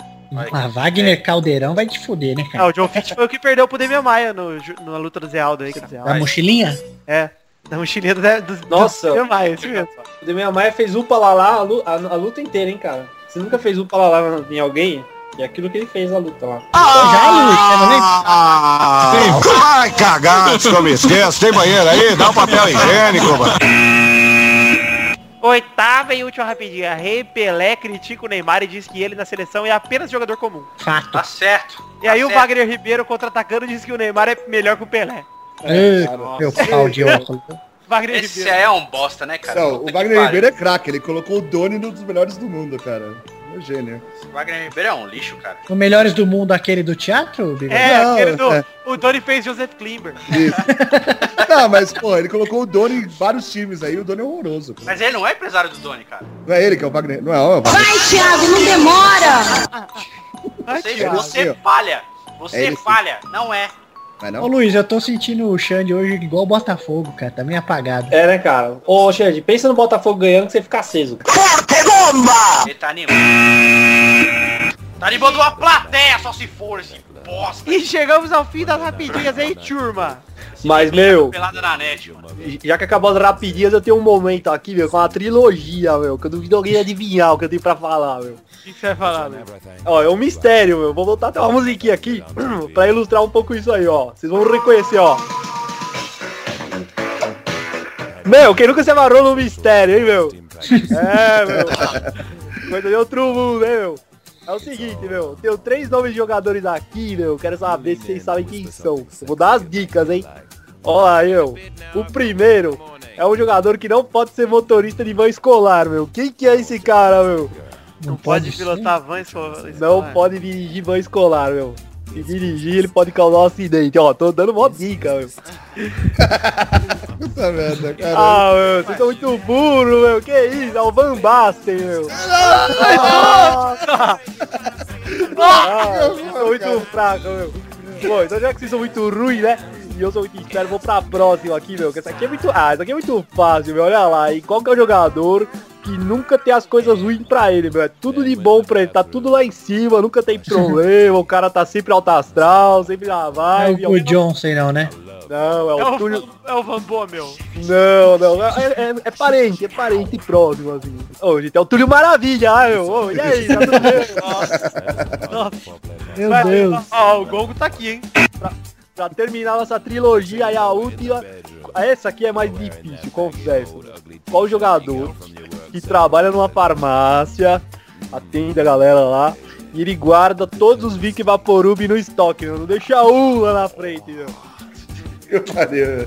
[SPEAKER 2] Ah, Wagner Caldeirão vai te fuder, né,
[SPEAKER 1] Ah,
[SPEAKER 2] cara?
[SPEAKER 1] o Joe Fitch foi o que perdeu pro Demian Maia no, ju- na luta do Zé Aldo aí, cara. Zé Aldo.
[SPEAKER 2] Da mochilinha?
[SPEAKER 1] É. Na mochilinha do, Zé- do, do
[SPEAKER 6] Nossa.
[SPEAKER 1] Demian Maia, esse mesmo.
[SPEAKER 6] O Demian Maia fez upa lá lá a lu- a- a luta inteira, hein, cara. Você nunca fez upa lá lá em alguém? E é aquilo que ele fez na luta lá.
[SPEAKER 2] Já, Luiz, você não lembra?
[SPEAKER 7] Ah, Vai cagar, se eu me esqueço. Tem banheiro aí? Dá um papel higiênico, mano.
[SPEAKER 1] Oitava e última rapidinha. Rei Pelé critica o Neymar e diz que ele na seleção é apenas jogador comum.
[SPEAKER 2] Fato.
[SPEAKER 10] Tá certo.
[SPEAKER 1] E aí
[SPEAKER 10] Tá
[SPEAKER 1] o
[SPEAKER 10] certo.
[SPEAKER 1] Wagner Ribeiro contra-atacando diz que o Neymar é melhor que o Pelé.
[SPEAKER 2] Ê, meu pau Tá de óculos.
[SPEAKER 1] Wagner
[SPEAKER 10] Esse
[SPEAKER 1] Ribeiro.
[SPEAKER 10] aí é um bosta, né, cara?
[SPEAKER 5] Não,
[SPEAKER 10] Puta
[SPEAKER 5] o
[SPEAKER 10] que
[SPEAKER 5] Wagner
[SPEAKER 10] pariu.
[SPEAKER 5] Ribeiro é craque, ele colocou o Doni num dos melhores do mundo, cara. É gênio.
[SPEAKER 10] O Wagner Ribeiro é um lixo, cara.
[SPEAKER 2] O melhores do mundo aquele do teatro, Bigode?
[SPEAKER 1] É,
[SPEAKER 5] Não,
[SPEAKER 1] aquele do,
[SPEAKER 5] é.
[SPEAKER 1] o Tony fez Joseph Klimber.
[SPEAKER 5] Não, Tá, mas, pô, ele colocou o Doni em vários times aí, o Doni é horroroso. pô.
[SPEAKER 10] Mas ele não é empresário do Doni, cara.
[SPEAKER 5] Não é ele que é o Wagner. Não é, ó, o Wagner.
[SPEAKER 4] Vai, Thiago, não demora!
[SPEAKER 1] Ai,
[SPEAKER 10] Você,
[SPEAKER 1] Thiago.
[SPEAKER 10] você
[SPEAKER 5] Thiago.
[SPEAKER 10] falha.
[SPEAKER 5] É
[SPEAKER 10] Você
[SPEAKER 5] ele sim.
[SPEAKER 10] falha. Não é.
[SPEAKER 5] Mas
[SPEAKER 2] Ô
[SPEAKER 5] não.
[SPEAKER 2] Luiz, eu tô sentindo o Xande hoje igual o Botafogo, cara. Tá meio apagado.
[SPEAKER 6] É, né, cara? Ô, Xande, pensa no Botafogo ganhando que você fica aceso. cara.
[SPEAKER 10] Ele tá animando. Tá animando uma plateia, só se for esse bosta.
[SPEAKER 1] E chegamos ao fim das rapidinhas, hein, turma?
[SPEAKER 6] Mas, meu,
[SPEAKER 10] Pelada na net, mano.
[SPEAKER 6] já que acabou as rapidinhas, eu tenho um momento aqui, meu, com uma trilogia, meu, que eu duvido alguém adivinhar o que eu tenho pra falar, meu.
[SPEAKER 1] O que que você vai falar, Luiz?
[SPEAKER 6] Ó, é um mistério, meu. Vou botar até uma musiquinha aqui pra ilustrar um pouco isso aí, ó. Vocês vão reconhecer, ó. Meu, quem nunca se amarrou no mistério, hein, meu? É, meu. Coisa de outro mundo, hein, meu?
[SPEAKER 4] É o seguinte, meu, tenho três nomes de jogadores aqui, meu, quero saber se vocês sabem quem são. Vou dar as dicas, hein? Ó, eu. O primeiro é um jogador que não pode ser motorista de van escolar, meu. Quem que é esse cara, meu?
[SPEAKER 1] Não pode pilotar van escolar.
[SPEAKER 4] Não pode dirigir van escolar, meu. Se dirigir, ele pode causar um acidente. Ó, tô dando mó dica, meu.
[SPEAKER 5] Puta merda, cara.
[SPEAKER 4] Ah, meu, vocês são muito burro, meu. Que isso? É o Van Basten, meu. Ah, vocês são muito fraco, meu. Bom, então já que vocês são muito ruins, né? E eu sou muito esperto, vou pra próxima aqui, meu. Que essa aqui é muito. Ah, essa aqui é muito fácil, meu. Olha lá, e qual que é o jogador que nunca tem as coisas ruins pra ele, meu? É tudo de bom pra ele, tá tudo lá em cima, nunca tem problema, o cara tá sempre alto astral, sempre na
[SPEAKER 2] É
[SPEAKER 4] vibe.
[SPEAKER 2] o, o Johnson, não, né?
[SPEAKER 4] Não, é
[SPEAKER 1] É
[SPEAKER 4] o
[SPEAKER 1] o,
[SPEAKER 4] Túlio.
[SPEAKER 1] é o Van Bommel.
[SPEAKER 4] Não, não, não. É, é- é parente, é parente próximo, assim. Ô, gente, é o Túlio Maravilha, ah, meu. Ô, e aí, tá tudo bem? Nossa.
[SPEAKER 2] Meu
[SPEAKER 4] Vai,
[SPEAKER 2] Deus.
[SPEAKER 1] Ó, o Gongo tá aqui, hein?
[SPEAKER 4] Pra terminar nossa trilogia e a última. Essa aqui é mais difícil, confesso. Qual jogador que trabalha numa farmácia, atende a galera lá, e ele guarda todos os Vic Vaporub no estoque, meu? Não deixa um lá na frente, meu.
[SPEAKER 5] Que pariu.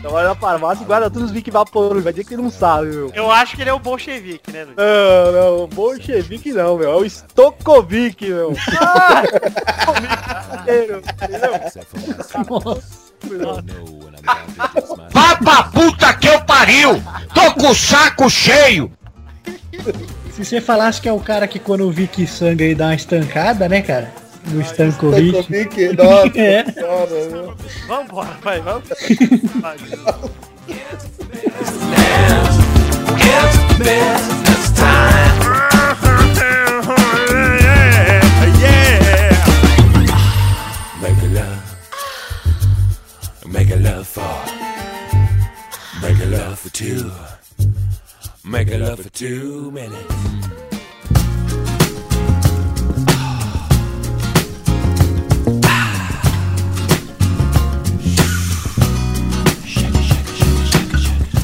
[SPEAKER 4] Trabalha na farmácia e guarda todos os Vic Vaporub. Vai dizer que ele não sabe, meu.
[SPEAKER 1] Eu acho que ele é o bolchevique, né, Luiz?
[SPEAKER 4] Não, não, bolchevique não, meu. É o Stokovic, meu.
[SPEAKER 12] Vá pra puta que eu pariu! Tô com o saco cheio!
[SPEAKER 2] Se você falasse que é o cara que quando o Vicky sangra ele dá uma estancada, né, cara? No Stankovic.
[SPEAKER 5] Tankovic, nossa,
[SPEAKER 2] É.
[SPEAKER 5] cara, meu.
[SPEAKER 1] Vambora, vai, vamos. Vai.
[SPEAKER 13] Make a love. Make a love for. Make a love for two. Make a love for two minutes.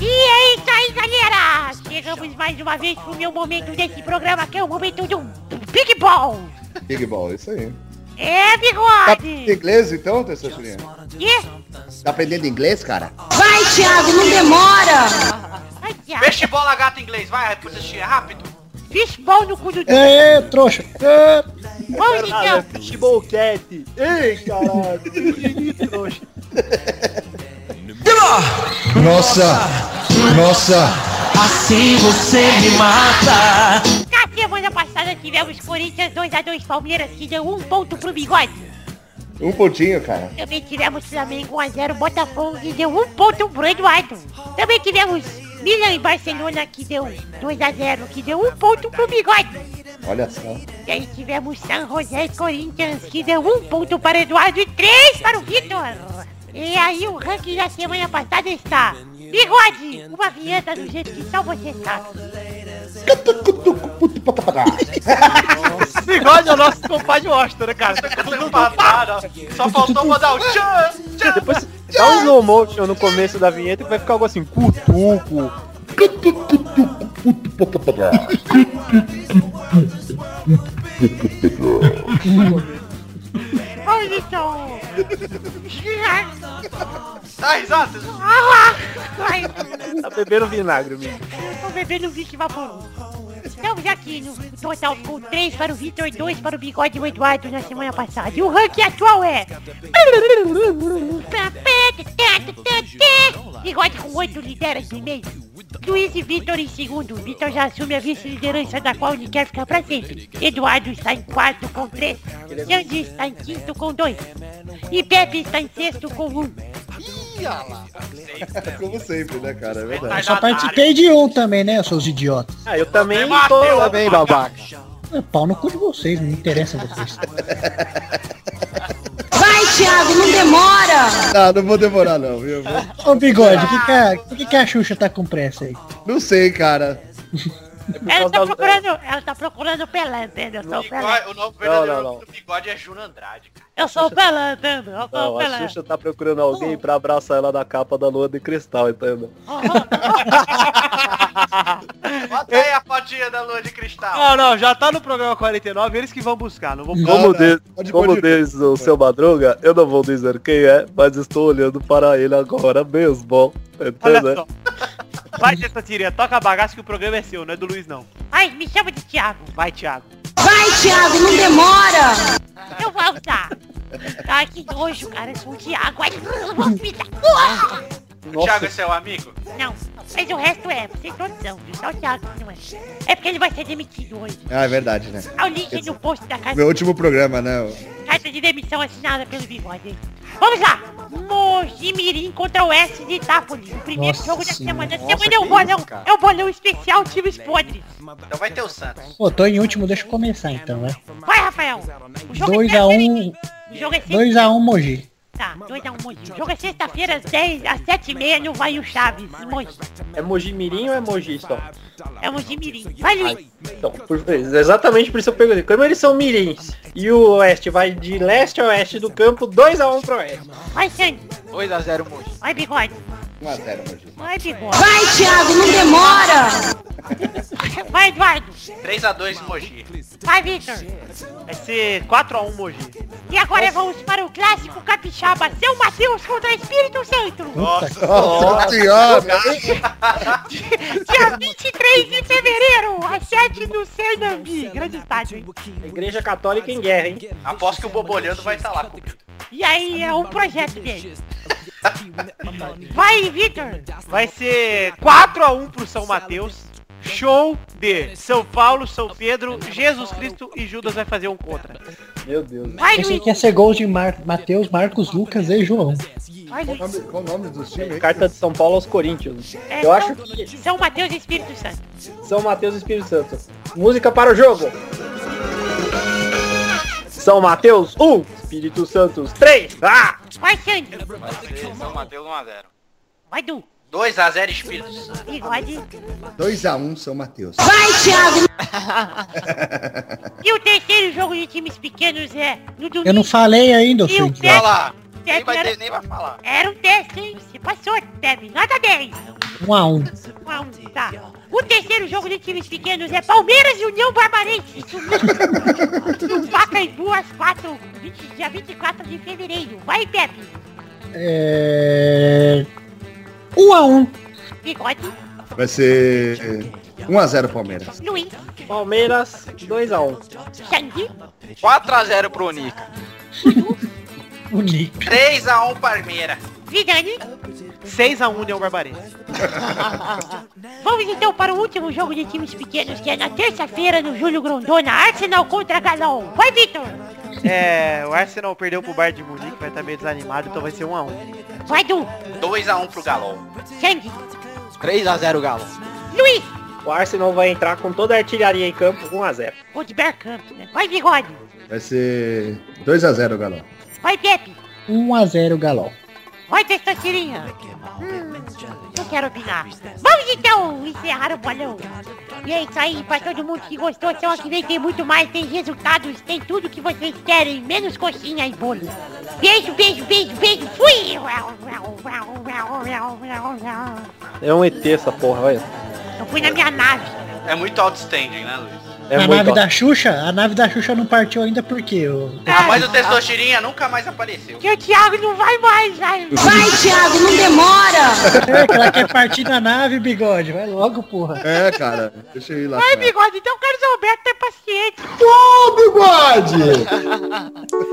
[SPEAKER 9] E é isso aí, galera! Chegamos mais uma vez pro meu momento desse programa, que é o momento de um Big Ball!
[SPEAKER 5] Big Ball, isso aí.
[SPEAKER 9] É,
[SPEAKER 5] Tá
[SPEAKER 9] bigode!
[SPEAKER 5] aprendendo inglês então, Testosterinha?
[SPEAKER 9] Quê?
[SPEAKER 5] Tá aprendendo inglês, cara?
[SPEAKER 9] Vai, Thiago, não demora! Vai, Thiago!
[SPEAKER 10] Peixe bola gato em inglês, vai, assistir, é rápido.
[SPEAKER 9] Fishball no cu do...
[SPEAKER 2] É, trouxa. É.
[SPEAKER 9] Vamos, então!
[SPEAKER 4] Futebol Cat. Ei, caralho. Trouxa.
[SPEAKER 5] Nossa! Nossa!
[SPEAKER 9] Assim você me mata. Na semana passada tivemos Corinthians 2x2 Palmeiras que deu um ponto pro bigode.
[SPEAKER 5] Um pontinho, cara.
[SPEAKER 9] Também tivemos Flamengo 1x0 Botafogo que deu um ponto pro Eduardo. Também tivemos Milan e Barcelona que deu 2x0 que deu um ponto pro bigode.
[SPEAKER 5] Olha só.
[SPEAKER 9] E aí tivemos San José e Corinthians que deu um ponto para Eduardo e três para o Vitor. E aí o ranking da semana passada está Bigode, uma vinheta do jeito que só você sabe.
[SPEAKER 1] Bigode é o nosso compadre Washington, né, cara? Tá com empatada. Só faltou mandar o tchan, tchan.
[SPEAKER 4] Depois dá um slow motion no começo da vinheta que vai ficar algo assim, cutuco.
[SPEAKER 9] Vamos então.
[SPEAKER 10] Dá risada, vocês
[SPEAKER 9] Ah, Ai,
[SPEAKER 4] Tá bebendo vinagre, menino.
[SPEAKER 9] eu tô bebendo Vic Vapor. Estamos aqui no total com 3 para o Vitor, 2 para o Bigode e o Eduardo na semana passada. E o ranking atual é... Bigode com 8 lidera em primeiro. Luiz e Vitor em segundo. Vitor já assume a vice-liderança da qual ele quer ficar pra sempre. Eduardo está em quarto com 3. Sandy está em quinto com 2. E Pepe está em sexto com 1. Um.
[SPEAKER 5] Como sempre, né, cara? É
[SPEAKER 2] Eu
[SPEAKER 5] verdade.
[SPEAKER 2] só participei de um também, né, seus idiotas?
[SPEAKER 4] Ah, eu também
[SPEAKER 10] Você
[SPEAKER 4] tô
[SPEAKER 10] bateu,
[SPEAKER 4] também, babaca.
[SPEAKER 2] É, pau no cu de vocês, não interessa vocês.
[SPEAKER 14] Vai, Thiago, não demora!
[SPEAKER 5] Ah, não vou demorar não, viu? Vou-
[SPEAKER 2] Ô, Bigode, o que que a- por que, que a Xuxa tá com pressa aí?
[SPEAKER 5] Não sei, cara.
[SPEAKER 9] Ela tá
[SPEAKER 4] causa da-
[SPEAKER 9] procurando, ela tá procurando o Pelé, entendeu? Eu sou o Pelé.
[SPEAKER 10] Bigode, o novo
[SPEAKER 4] Não,
[SPEAKER 10] verdadeiro
[SPEAKER 4] não,
[SPEAKER 10] nome
[SPEAKER 4] não.
[SPEAKER 10] do bigode é Juna Andrade, cara.
[SPEAKER 9] Eu sou o Pelé, entendeu? Eu sou
[SPEAKER 4] Não,
[SPEAKER 9] o
[SPEAKER 4] a
[SPEAKER 9] Pelé.
[SPEAKER 4] Xuxa tá procurando alguém pra abraçar ela na capa da lua de cristal, entendeu?
[SPEAKER 9] Aham.
[SPEAKER 10] Bota aí a
[SPEAKER 11] modinha da lua de cristal.
[SPEAKER 1] Não, não, já tá no programa 49, eles que vão buscar, não vou
[SPEAKER 3] Como, diz, como diz o seu Madruga, eu não vou dizer quem é, mas estou olhando para ele agora mesmo.
[SPEAKER 1] Olha
[SPEAKER 3] Entendeu?
[SPEAKER 1] só. Vai, Testatirinha, toca a bagaça que o programa é seu, não é do Luiz, não.
[SPEAKER 9] Ai, me chama de Thiago.
[SPEAKER 1] Vai, Thiago.
[SPEAKER 15] Vai, Thiago, não demora!
[SPEAKER 9] Eu vou usar. Ai, que nojo, cara. Eu sou o Thiago. Ai, eu vou vomitar. Uau!
[SPEAKER 11] Thiago, esse é o amigo?
[SPEAKER 9] Não, mas o resto é. Vocês todos são, viu? Só o Thiago que não é. É porque ele vai ser demitido hoje.
[SPEAKER 5] Ah, é verdade, né?
[SPEAKER 9] Há o link no post da casa.
[SPEAKER 5] Meu último programa, né?
[SPEAKER 9] Carta de demissão assinada pelo Bigode. hein? Vamos lá! Mojimirim contra o S de Itápolis. O primeiro
[SPEAKER 2] Nossa
[SPEAKER 9] jogo da
[SPEAKER 2] senhora.
[SPEAKER 9] semana. Essa
[SPEAKER 2] Nossa,
[SPEAKER 9] semana é o
[SPEAKER 2] que
[SPEAKER 9] bolão.
[SPEAKER 2] isso, cara.
[SPEAKER 9] É o bolão especial Times Podres.
[SPEAKER 11] Então vai ter o Santos.
[SPEAKER 2] Pô, tô em último, deixa eu começar então, né?
[SPEAKER 9] Vai, Rafael! O jogo é
[SPEAKER 2] 2x1.
[SPEAKER 9] O jogo é sexta.
[SPEAKER 2] 2x1 Mogi.
[SPEAKER 9] Tá, 2x1 Mogi. O jogo é sexta-feira às 10 às 7h30 no Vai o Chaves, Mogi.
[SPEAKER 6] É Mojimirim ou é Mojistão?
[SPEAKER 9] É Mojimirim. Vai, Luiz.
[SPEAKER 6] Então, por vezes, exatamente por isso eu perguntei. Como eles são mirins e o oeste vai de leste a oeste do campo, 2x1 pro oeste.
[SPEAKER 9] Vai, Sandy.
[SPEAKER 8] 2x0 Mogi.
[SPEAKER 9] Vai, Bigode.
[SPEAKER 5] 1x0, Mogi.
[SPEAKER 9] Vai, Bigode.
[SPEAKER 15] Vai, Thiago, não demora!
[SPEAKER 9] Vai, Eduardo.
[SPEAKER 11] 3x2 Mogi.
[SPEAKER 9] Vai, Victor.
[SPEAKER 1] Vai ser 4x1 Mogi.
[SPEAKER 9] E agora vamos para o clássico capixaba. Seu Matheus contra Espírito Santo.
[SPEAKER 11] Nossa,
[SPEAKER 5] Nossa senhora!
[SPEAKER 9] Dia 23 de fevereiro, às 7 do Cernambi. Grande estádio, hein?
[SPEAKER 6] Igreja Católica em guerra, hein?
[SPEAKER 11] Aposto que o Bobolhando vai
[SPEAKER 10] tá
[SPEAKER 11] estar lá comigo.
[SPEAKER 9] E aí é um projeto dele. Vai, Victor.
[SPEAKER 1] Vai ser 4x1 pro São Mateus. Show de São Paulo, São Pedro, Jesus Cristo e Judas vai fazer um contra.
[SPEAKER 6] Meu Deus.
[SPEAKER 9] Vai,
[SPEAKER 2] Pensei
[SPEAKER 9] Luiz.
[SPEAKER 2] que ia é ser gols de Mar Matheus, Marcos, Lucas e João.
[SPEAKER 9] Vai,
[SPEAKER 5] Qual o
[SPEAKER 9] Luiz.
[SPEAKER 5] nome- qual o nome dos times? aí?
[SPEAKER 6] Carta de São Paulo aos Corinthians.
[SPEAKER 9] É,
[SPEAKER 6] Eu acho que
[SPEAKER 9] São, São Mateus e Espírito Santo.
[SPEAKER 6] São Mateus e Espírito Santo. Música para o jogo. São Mateus 1, Espírito Santos 3. Ah!
[SPEAKER 9] Vai, Sandy.
[SPEAKER 11] Vai ser São Mateus 1x0.
[SPEAKER 9] Vai, Du.
[SPEAKER 11] 2x0 Espírito Santo.
[SPEAKER 9] Bigode.
[SPEAKER 5] 2x1 São Mateus.
[SPEAKER 15] Vai, Thiago!
[SPEAKER 9] E o terceiro jogo de times pequenos é no domingo.
[SPEAKER 2] Eu não falei ainda, eu
[SPEAKER 9] E
[SPEAKER 2] sei.
[SPEAKER 9] o
[SPEAKER 2] que-
[SPEAKER 11] lá.
[SPEAKER 9] Teb
[SPEAKER 11] Nem vai,
[SPEAKER 9] era,
[SPEAKER 11] ter, nem vai falar.
[SPEAKER 9] era um teste, hein? Você passou, Teb. Nota 10.
[SPEAKER 2] 1x1.
[SPEAKER 9] Vamos, tá. O terceiro jogo de times pequenos é Palmeiras e União Barbarense. No Pacaembu às 4, 20, dia 24 de fevereiro. Vai, Pepe.
[SPEAKER 2] É... 1x1.
[SPEAKER 9] Bigode,
[SPEAKER 5] Vai ser é, 1x0 Palmeiras.
[SPEAKER 9] Luiz,
[SPEAKER 6] Palmeiras 2x1.
[SPEAKER 9] Xandi,
[SPEAKER 8] 4x0 pro Nica.
[SPEAKER 2] O Nick.
[SPEAKER 11] 3x1 Parmeira.
[SPEAKER 9] Vidani.
[SPEAKER 1] 6x1 União Barbarense.
[SPEAKER 9] Vamos então para o último jogo de times pequenos, que é na terça-feira no Júlio Grondona. Arsenal contra Galão. Vai, Victor.
[SPEAKER 1] É, o Arsenal perdeu pro Bayern de Munique, vai estar meio desanimado, então vai ser 1x1.
[SPEAKER 9] Vai, Du.
[SPEAKER 11] 2x1 pro Galol.
[SPEAKER 9] Xandi,
[SPEAKER 8] 3x0 Galo.
[SPEAKER 9] Luiz.
[SPEAKER 6] O Arsenal vai entrar com toda a artilharia em campo, 1x0.
[SPEAKER 9] Ou de Bergkamp, né? Vai, Bigode.
[SPEAKER 5] Vai ser 2x0 Galão.
[SPEAKER 9] Vai, Pepe.
[SPEAKER 2] 1x0 Galol.
[SPEAKER 9] Vai, testosterinha. Hum, não quero opinar. Vamos então encerrar o bolão. E é isso aí, pra todo mundo que gostou, semana que vem tem muito mais, tem resultados, tem tudo que vocês querem, menos coxinha e bolo. Beijo, beijo, beijo, beijo, fui!
[SPEAKER 6] É um ET essa porra, olha.
[SPEAKER 9] Eu fui na minha nave.
[SPEAKER 11] É muito outstanding, né, Luiz?
[SPEAKER 6] É
[SPEAKER 2] a
[SPEAKER 6] muito
[SPEAKER 2] nave
[SPEAKER 6] ó.
[SPEAKER 2] da Xuxa? A nave da Xuxa não partiu ainda porque o...
[SPEAKER 11] Ah, mas o Testostirinha nunca mais apareceu.
[SPEAKER 9] Que o Thiago não vai mais, né? vai.
[SPEAKER 15] Vai, Thiago, não demora!
[SPEAKER 2] É, que ela quer partir na nave, bigode. Vai logo, porra.
[SPEAKER 5] É, cara. Deixa eu ir lá.
[SPEAKER 9] Vai,
[SPEAKER 5] cara.
[SPEAKER 9] bigode, então o Carlos Alberto é paciente.
[SPEAKER 5] Ô, bigode!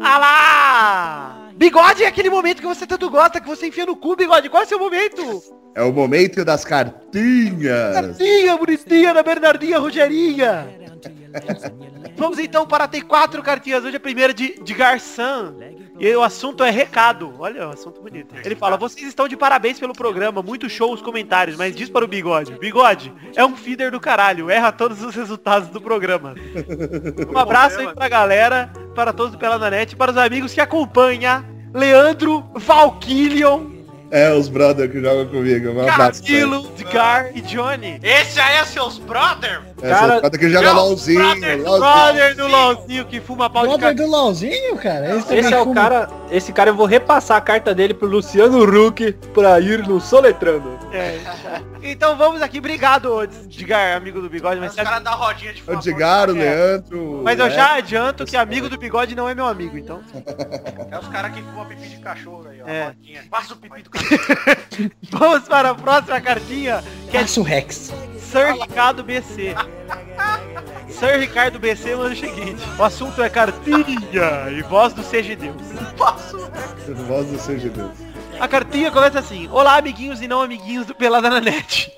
[SPEAKER 1] Ah lá! Bigode é aquele momento que você tanto gosta, que você enfia no cu, bigode. Qual é o seu momento?
[SPEAKER 5] É o momento das cartinhas.
[SPEAKER 1] Bonitinha, bonitinha, Ana Bernardinha, Rogerinha. Vamos então para ter quatro cartinhas. Hoje a primeira de, de Garçom. E o assunto é recado. Olha, o assunto bonito. Ele fala, vocês estão de parabéns pelo programa, muito show os comentários, mas diz para o Bigode. Bigode, é um feeder do caralho, erra todos os resultados do programa. Um abraço aí pra galera, para todos do Peladanete, para os amigos que acompanham. Leandro, Valkylion,
[SPEAKER 5] É, os brother que jogam comigo. Um abraço. cara.
[SPEAKER 1] Camilo, Edgar e Johnny.
[SPEAKER 11] Esse aí é seus brother?
[SPEAKER 5] Cara, Essa que joga LOLzinho.
[SPEAKER 1] Brother, brother do LOLzinho que fuma pau de
[SPEAKER 2] Brother
[SPEAKER 1] caqui.
[SPEAKER 2] do LOLzinho, cara? Esse,
[SPEAKER 6] Esse é o cara, esse cara eu vou repassar a carta dele pro Luciano Huck pra ir no Soletrando.
[SPEAKER 1] É. Então vamos aqui, obrigado, ô Edgar, amigo do bigode. Mas,
[SPEAKER 11] É Os caras da rodinha de
[SPEAKER 5] É O Edgar, o Leandro.
[SPEAKER 1] mas eu já adianto que amigo do bigode não é meu amigo, então.
[SPEAKER 11] É os caras que fumam pipi de cachorro aí, ó.
[SPEAKER 1] É.
[SPEAKER 11] Rodinha. Passa o pipi do cachorro.
[SPEAKER 1] Vamos para a próxima cartinha, que é
[SPEAKER 2] Passo Rex.
[SPEAKER 1] Sir Ricardo BC. Sir Ricardo BC manda o seguinte. O assunto é cartinha e voz do Seja Deus.
[SPEAKER 5] Voz do seja Deus.
[SPEAKER 1] A cartinha começa assim. Olá, amiguinhos e não amiguinhos do Pelada na Net.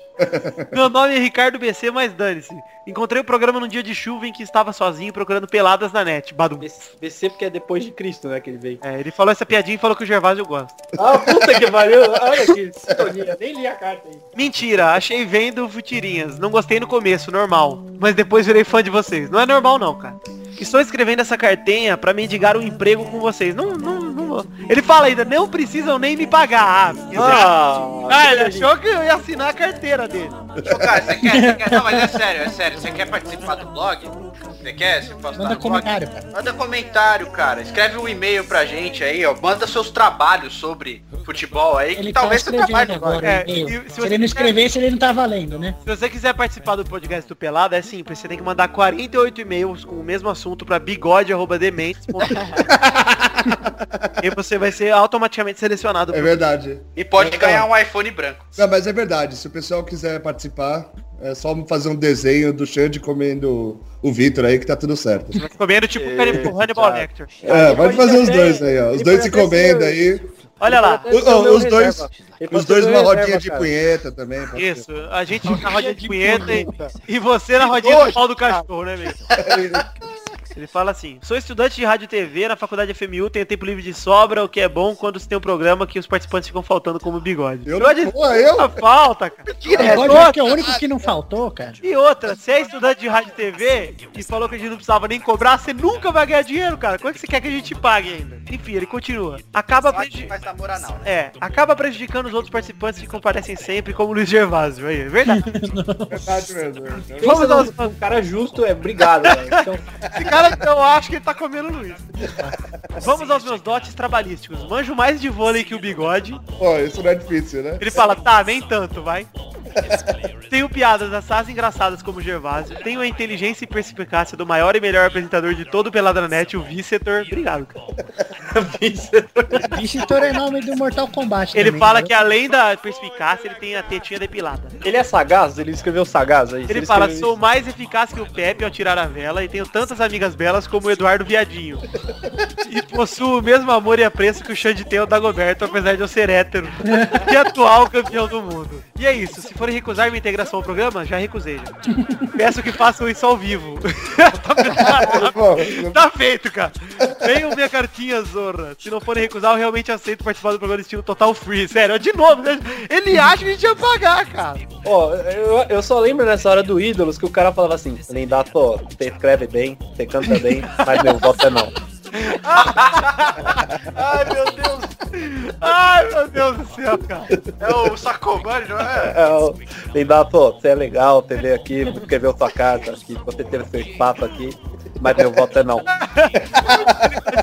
[SPEAKER 1] Meu nome é Ricardo BC, mas dane-se. Encontrei o programa num dia de chuva em que estava sozinho procurando peladas na net. Badum.
[SPEAKER 6] BC porque é depois de Cristo, né, que ele veio.
[SPEAKER 1] É, ele falou essa piadinha e falou que o Gervásio gosta.
[SPEAKER 6] Ah, puta que pariu. Olha que sintonia. Nem li a carta aí.
[SPEAKER 1] Mentira, achei vendo Futirinhas. Não gostei no começo, normal. Mas depois virei fã de vocês. Não é normal não, cara. Estou escrevendo essa cartinha pra mendigar um emprego com vocês. Não, não, não. vou. Ele fala ainda, não precisam nem me pagar. Ah, quer dizer, ah, ele achou que eu ia assinar a carteira dele.
[SPEAKER 11] Ô, cara, você quer, você quer. Não, mas é sério, é sério. Você quer participar do blog? Você quer se
[SPEAKER 1] Tá
[SPEAKER 11] postar
[SPEAKER 2] Manda
[SPEAKER 11] no blog?
[SPEAKER 2] comentário, cara.
[SPEAKER 11] Manda comentário, cara. Escreve um e-mail pra gente aí, ó. Manda seus trabalhos sobre futebol aí, que
[SPEAKER 2] Ele
[SPEAKER 1] Então,
[SPEAKER 2] tá
[SPEAKER 11] talvez você trabalhe
[SPEAKER 2] escrevendo
[SPEAKER 11] no blog.
[SPEAKER 2] agora.
[SPEAKER 1] É,
[SPEAKER 2] o e-mail.
[SPEAKER 1] e se
[SPEAKER 2] se,
[SPEAKER 1] você
[SPEAKER 2] ele não escrevesse, ele não tá valendo, né?
[SPEAKER 1] Se você quiser participar do podcast do Pelada, é simples. Você tem que mandar 48 e-mails com o mesmo assunto pra bigode.dementes.com E você vai ser automaticamente selecionado.
[SPEAKER 5] É verdade.
[SPEAKER 11] E pode
[SPEAKER 5] Então,
[SPEAKER 11] ganhar um iPhone branco.
[SPEAKER 5] Não, mas é verdade. Se o pessoal quiser participar, é só fazer um desenho do Xande comendo o Vitor aí que tá tudo certo.
[SPEAKER 1] Comendo tipo o Hannibal- Hannibal Lecter.
[SPEAKER 5] É, pode
[SPEAKER 6] E pode
[SPEAKER 5] fazer os
[SPEAKER 6] também-
[SPEAKER 5] dois aí, ó. Os
[SPEAKER 6] e
[SPEAKER 5] dois
[SPEAKER 6] pode
[SPEAKER 5] se
[SPEAKER 6] até
[SPEAKER 5] comendo
[SPEAKER 6] ser-
[SPEAKER 5] aí.
[SPEAKER 1] Olha lá.
[SPEAKER 6] Esse é o
[SPEAKER 5] Os-
[SPEAKER 6] meu
[SPEAKER 5] os dois-
[SPEAKER 6] reserva. Ele
[SPEAKER 5] Os
[SPEAKER 6] pode
[SPEAKER 5] dois
[SPEAKER 6] ser
[SPEAKER 5] numa
[SPEAKER 6] meu
[SPEAKER 5] rodinha
[SPEAKER 6] reserva,
[SPEAKER 5] de
[SPEAKER 6] cara.
[SPEAKER 5] punheta também. pode ser.
[SPEAKER 1] Isso, a gente na rodinha de punheta e, e você na rodinha do pau do cachorro, né, amigo? Ele fala assim, sou estudante de rádio e TV na faculdade FMU, tenho tempo livre de sobra, o que é bom quando se tem um programa que os participantes ficam faltando como bigode.
[SPEAKER 5] Eu não
[SPEAKER 1] Bigode
[SPEAKER 5] vou, eu?
[SPEAKER 1] nunca falta, cara.
[SPEAKER 2] O Bigode, eu acho que é o único que não faltou, cara.
[SPEAKER 1] E outra, você é estudante de rádio e TV e falou que a gente não precisava nem cobrar, você nunca vai ganhar dinheiro, cara. Como é que você quer que a gente pague ainda? Enfim, ele continua. Acaba
[SPEAKER 11] Só que
[SPEAKER 1] prendi...
[SPEAKER 11] não faz namoro anal, né?
[SPEAKER 1] É, acaba prejudicando os outros participantes que comparecem sempre, como o Luiz Gervásio. Aí, é verdade.
[SPEAKER 5] Verdade mesmo.
[SPEAKER 1] Vamos
[SPEAKER 6] Pensa
[SPEAKER 1] aos-
[SPEAKER 6] num- num um cara justo, é obrigado, velho. Então,
[SPEAKER 1] Esse cara, eu acho que ele tá comendo o Luiz. Vamos aos meus dotes trabalhísticos. Manjo mais de vôlei que o bigode.
[SPEAKER 5] Ó, isso não é difícil, né?
[SPEAKER 1] Ele fala, tá, nem tanto, vai. Tenho piadas assaz engraçadas como o Gervásio. Tenho a inteligência e perspicácia do maior e melhor apresentador de todo o Peladranet, o Vicetor. Obrigado, cara.
[SPEAKER 2] Vitor é nome do Mortal Kombat.
[SPEAKER 1] Ele
[SPEAKER 2] também,
[SPEAKER 1] fala que
[SPEAKER 2] entendeu?
[SPEAKER 1] além da perspicácia, ele tem a tetinha depilada.
[SPEAKER 6] ele é sagaz? Ele escreveu sagaz aí? Se
[SPEAKER 1] Ele fala,
[SPEAKER 6] escreveu
[SPEAKER 1] sou mais eficaz que o Pepe ao tirar a vela e tenho tantas amigas belas como o Eduardo Viadinho. E possuo o mesmo amor e apreço que o Xande tem ao Dagoberto, apesar de eu ser hétero. E atual campeão do mundo. E é isso, se forem recusar minha integração ao programa, já recusei. já. Peço que façam isso ao vivo.
[SPEAKER 5] Bom,
[SPEAKER 1] Tá feito, cara. Venham minha cartinha, Zorra. Se não forem recusar, eu realmente aceito participar do programa estilo Total Free. Sério, de novo, né? ele acha que a gente ia pagar, cara.
[SPEAKER 6] Ó, eu, eu só lembro nessa hora do Ídolos que o cara falava assim, Lindato, você escreve bem, você canta bem, mas meu voto é não.
[SPEAKER 1] Ai, meu Deus. Ai, meu Deus do céu, cara.
[SPEAKER 11] É o Sacomani, não é?
[SPEAKER 6] É, ó, Lindato, você é legal, você veio aqui, você escreveu sua carta aqui, você teve seu espaço aqui, mas meu voto é não.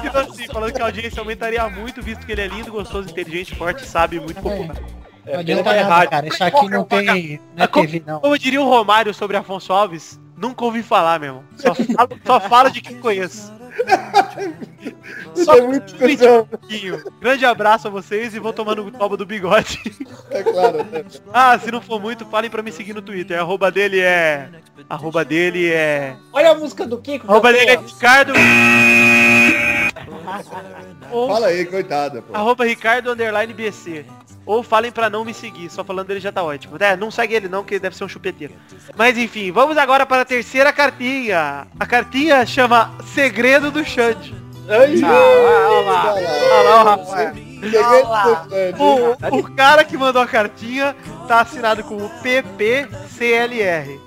[SPEAKER 1] Continua assim, falando que a audiência aumentaria muito, visto que ele é lindo, gostoso, inteligente, forte, sábio e muito popular.
[SPEAKER 2] Não
[SPEAKER 6] É, pena
[SPEAKER 1] tá
[SPEAKER 6] que
[SPEAKER 2] adianta
[SPEAKER 6] é
[SPEAKER 2] nada,
[SPEAKER 6] rádio.
[SPEAKER 2] cara. Isso aqui não tem. Não é
[SPEAKER 1] Ah, como-
[SPEAKER 2] TV, não.
[SPEAKER 1] Como diria o Romário sobre Afonso Alves, nunca ouvi falar, meu irmão. Só falo, só falo de quem conheço. um
[SPEAKER 5] Isso é muito especial.
[SPEAKER 1] Grande abraço a vocês e vou tomando o toba do bigode.
[SPEAKER 5] É claro, né?
[SPEAKER 1] Ah, se não for muito, falem pra me seguir no Twitter. Arroba dele é... Arroba dele é...
[SPEAKER 6] Olha a música do Kiko.
[SPEAKER 1] Arroba
[SPEAKER 6] meu
[SPEAKER 1] dele é
[SPEAKER 6] Deus.
[SPEAKER 1] Ricardo... Ou
[SPEAKER 5] Fala aí, coitada, pô.
[SPEAKER 1] Arroba Ricardo underline BC. Ou falem pra não me seguir, só falando dele já tá ótimo. É, não segue ele não, que ele deve ser um chupeteiro. Mas enfim, vamos agora para a terceira cartinha. A cartinha chama Segredo do Xande.
[SPEAKER 5] Ai,
[SPEAKER 1] Olha lá, olha lá, olha lá.
[SPEAKER 5] segredo do Fred.
[SPEAKER 1] O, o cara que mandou a cartinha tá assinado como PPCLR.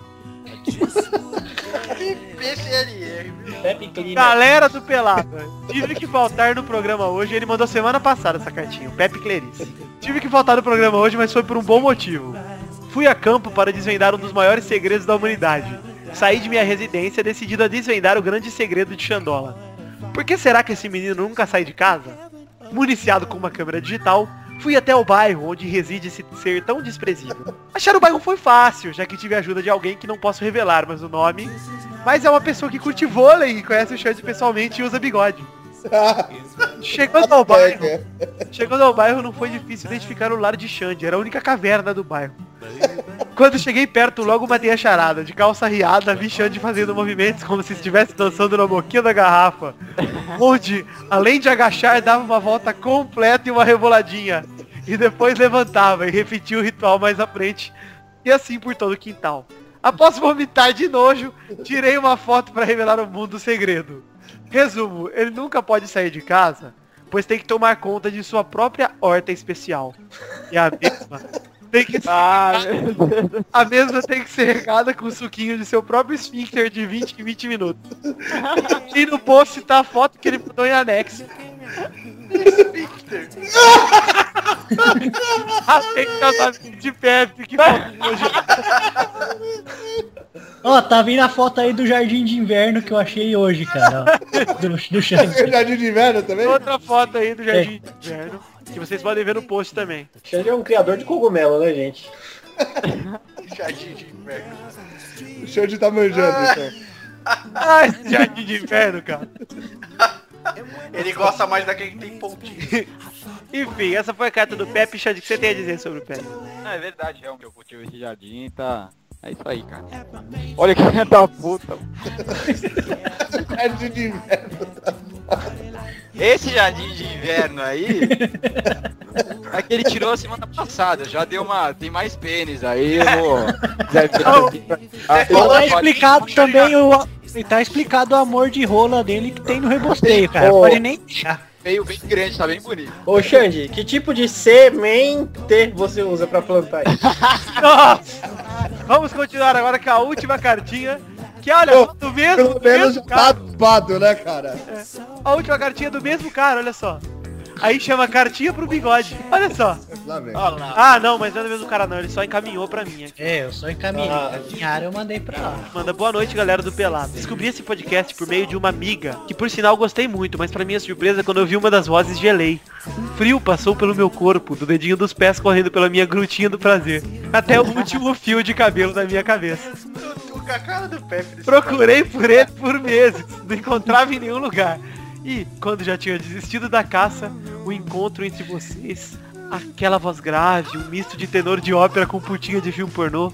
[SPEAKER 16] é
[SPEAKER 6] Pepe Cleaner.
[SPEAKER 1] Galera do Pelado, tive que faltar no programa hoje. Ele mandou semana passada essa cartinha, o Pepe Clerice. Tive que faltar no programa hoje, mas foi por um bom motivo. Fui a campo para desvendar um dos maiores segredos da humanidade. saí de minha residência decidida a desvendar o grande segredo de Xandola. Por que será que esse menino nunca sai de casa? Municiado com uma câmera digital, fui até o bairro onde reside esse ser tão desprezível. Achar o bairro foi fácil, já que tive a ajuda de alguém que não posso revelar mas o nome, mas é uma pessoa que curte vôlei e conhece o Xande pessoalmente e usa bigode.
[SPEAKER 11] Ah,
[SPEAKER 1] Chegando ao bairro,
[SPEAKER 5] É,
[SPEAKER 1] chegando ao bairro não foi difícil identificar o lar de Xande, era a única caverna do bairro. Quando cheguei perto, logo matei a charada. De calça riada, vi Xande fazendo movimentos como se estivesse dançando na boquinha da garrafa. Onde, além de agachar, dava uma volta completa e uma reboladinha. E depois levantava e repetia o ritual mais à frente. E assim por todo o quintal. Após vomitar de nojo, tirei uma foto para revelar o mundo o segredo. Resumo, ele nunca pode sair de casa, pois tem que tomar conta de sua própria horta especial. E a mesma tem que ser ah, a mesma tem que ser regada com o suquinho de seu próprio esfíncter de 20 em 20 minutos. E no post tá a foto que ele mandou em anexo. Esfíncter. Até Ah, que casamento de Pepe, que
[SPEAKER 2] Ó, tá vindo a foto aí do jardim de inverno que eu achei hoje, cara. ó. Do, do Xande.
[SPEAKER 1] Jardim de Inverno também? Outra foto aí do Jardim de Inverno, que vocês podem ver no post também.
[SPEAKER 6] Xande é um criador de cogumelo, né, gente?
[SPEAKER 11] Jardim de inverno.
[SPEAKER 5] O Xande tá manjando, então.
[SPEAKER 1] Ah, esse Jardim de Inverno, cara.
[SPEAKER 11] Ele gosta mais daquele que tem pontinho.
[SPEAKER 1] Enfim, essa foi a carta do Pepe. Xande, o que você tem a dizer sobre o Pepe?
[SPEAKER 16] Não, é verdade, é um que eu cultivo esse jardim, tá... É isso aí, cara. Olha que filha da puta.
[SPEAKER 5] Jardim de inverno.
[SPEAKER 16] Esse jardim de inverno aí é que ele tirou semana passada, já deu uma. Tem mais pênis aí, eu vou.
[SPEAKER 2] Ah, tá explicado também o. e Tá explicado o amor de rola dele que tem no rebosteio, cara.
[SPEAKER 6] Ô.
[SPEAKER 2] Pode nem deixar.
[SPEAKER 16] Veio bem grande, tá bem bonito.
[SPEAKER 6] Ô Xande, que tipo de semente você usa pra plantar isso?
[SPEAKER 1] Nossa! Vamos continuar agora com a última cartinha. Que olha,
[SPEAKER 5] Pô,
[SPEAKER 1] do mesmo,
[SPEAKER 5] Pelo
[SPEAKER 1] do
[SPEAKER 5] menos
[SPEAKER 1] mesmo
[SPEAKER 5] tá
[SPEAKER 1] cara.
[SPEAKER 5] dopado, né, cara?
[SPEAKER 1] É, A última cartinha do mesmo cara, olha só. Aí chama cartinha pro bigode. Olha só.
[SPEAKER 5] Lá vem.
[SPEAKER 1] Ah, não, mas não é do mesmo cara não. Ele só encaminhou pra mim aqui.
[SPEAKER 2] É, eu só encaminhei. Encaminharam, eu mandei pra lá.
[SPEAKER 1] Manda boa noite, galera do Pelado. Descobri esse podcast por meio de uma amiga, que por sinal gostei muito, mas pra minha surpresa, quando eu vi uma das vozes, gelei. Um frio passou pelo meu corpo, do dedinho dos pés correndo pela minha grutinha do prazer, até o último fio de cabelo da minha cabeça.
[SPEAKER 11] Com a cara do Pepe. desse
[SPEAKER 1] Procurei por ele por meses, não encontrava em nenhum lugar. E, quando já tinha desistido da caça, o encontro entre vocês, aquela voz grave, um misto de tenor de ópera com putinha de filme pornô.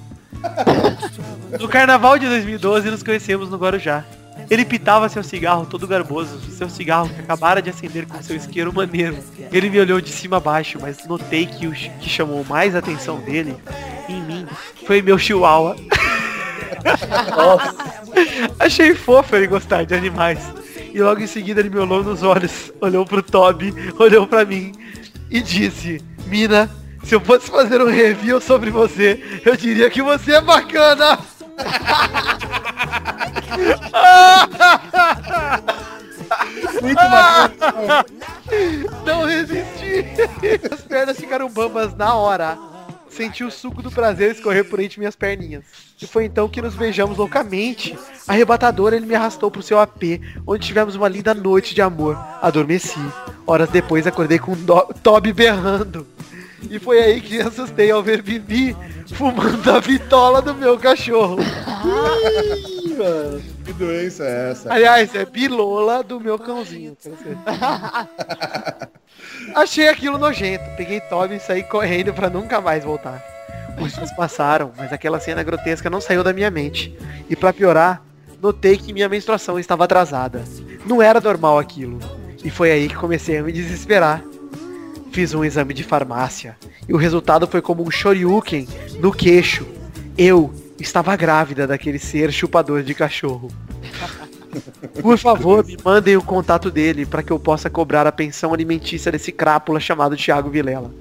[SPEAKER 1] No carnaval de 2012 nos conhecemos no Guarujá. Ele pitava seu cigarro todo garboso, seu cigarro que acabara de acender com seu isqueiro maneiro. Ele me olhou de cima a baixo, mas notei que o ch- que chamou mais a atenção dele, em mim, foi meu chihuahua. Achei fofo ele gostar de animais. E logo em seguida ele me olhou nos olhos, olhou pro Toby, olhou pra mim e disse, Mina, se eu fosse fazer um review sobre você, eu diria que você é bacana.
[SPEAKER 5] Muito bacana.
[SPEAKER 1] Não resisti. As pernas ficaram bambas na hora. Senti o suco do prazer escorrer por entre minhas perninhas. E foi então que nos beijamos loucamente. Arrebatador, ele me arrastou pro seu AP, onde tivemos uma linda noite de amor. Adormeci. Horas depois acordei com Do- Toby berrando. E foi aí que assustei ao ver Bibi fumando a vitola do meu cachorro.
[SPEAKER 5] Ih, mano, que doença é essa?
[SPEAKER 1] Aliás, é bilola do meu cãozinho. pra você. Achei aquilo nojento. Peguei Toby e saí correndo pra nunca mais voltar. Os dias passaram, mas aquela cena grotesca não saiu da minha mente. E pra piorar, notei que minha menstruação estava atrasada. Não era normal aquilo. E foi aí que comecei a me desesperar. Fiz um exame de farmácia e o resultado foi como um shoryuken no queixo. Eu estava grávida daquele ser chupador de cachorro. Por favor, me mandem o contato dele para que eu possa cobrar a pensão alimentícia desse crápula chamado Thiago Vilela.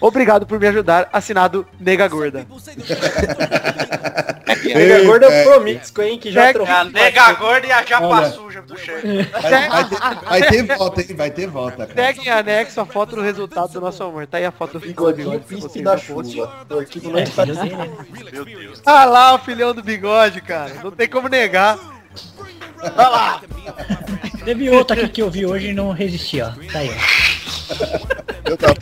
[SPEAKER 1] Obrigado por me ajudar, assinado Nega Gorda.
[SPEAKER 6] E a Nega Gorda é o promíscuo, hein? Que já
[SPEAKER 10] trocou. É A Nega Gorda e a japa suja do chefe.
[SPEAKER 5] Vai, vai ter, vai ter volta, hein? Vai ter volta. Cara.
[SPEAKER 1] Segue em anexo a foto do resultado do nosso amor. Tá aí a foto do
[SPEAKER 6] Bigodinho pispe da chuva. O arquivo
[SPEAKER 2] É,
[SPEAKER 6] não está dizendo.
[SPEAKER 2] né?
[SPEAKER 1] Meu Deus. Ah lá, o filhão do bigode, cara. Não tem como negar.
[SPEAKER 2] Olha lá. Teve outro aqui que eu vi hoje e não resisti, ó. Tá aí, ó.
[SPEAKER 5] Eu tava-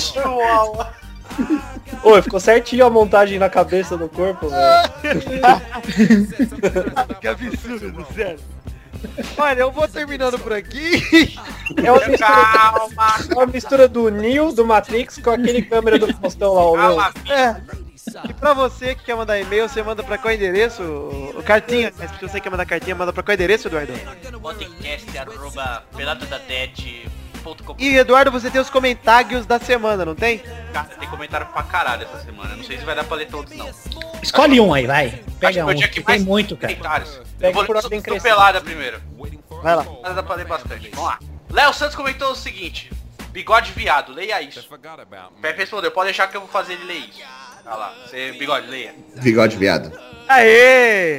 [SPEAKER 10] Chihuahua.
[SPEAKER 6] Ô, ficou certinho a montagem na cabeça do corpo, velho.
[SPEAKER 1] que absurdo, sério. Olha, eu vou terminando por aqui.
[SPEAKER 6] É uma mistura, é uma mistura do Neo, do Matrix, com aquele câmera do Faustão lá, o meu.
[SPEAKER 1] É. E pra você que quer mandar e-mail, você manda pra qual endereço? O cartinha. Mas se você quer mandar cartinha, manda pra qual endereço, Eduardo?
[SPEAKER 10] Podcast arroba peladadadet.com.
[SPEAKER 1] E Eduardo, você tem os comentários da semana, não tem?
[SPEAKER 10] Cara, tem comentário pra caralho essa semana. Não sei se vai dar pra ler todos, não.
[SPEAKER 2] Escolhe um aí, vai.
[SPEAKER 10] Acho
[SPEAKER 2] Pega
[SPEAKER 10] que
[SPEAKER 2] um.
[SPEAKER 10] eu tinha
[SPEAKER 2] que Tem muito, cara.
[SPEAKER 10] Comentários.
[SPEAKER 2] Pega
[SPEAKER 10] Eu vou
[SPEAKER 2] por
[SPEAKER 10] ler
[SPEAKER 2] ordem
[SPEAKER 10] só- só
[SPEAKER 2] crescente.
[SPEAKER 10] pelada primeiro.
[SPEAKER 1] Vai lá.
[SPEAKER 10] Mas dá pra ler bastante. Vamos lá. Léo Santos comentou o seguinte. Bigode viado, leia isso. Pepe respondeu, pode deixar que eu vou fazer ele ler isso. Olha lá. Você, bigode, leia.
[SPEAKER 5] Bigode viado.
[SPEAKER 1] Aê!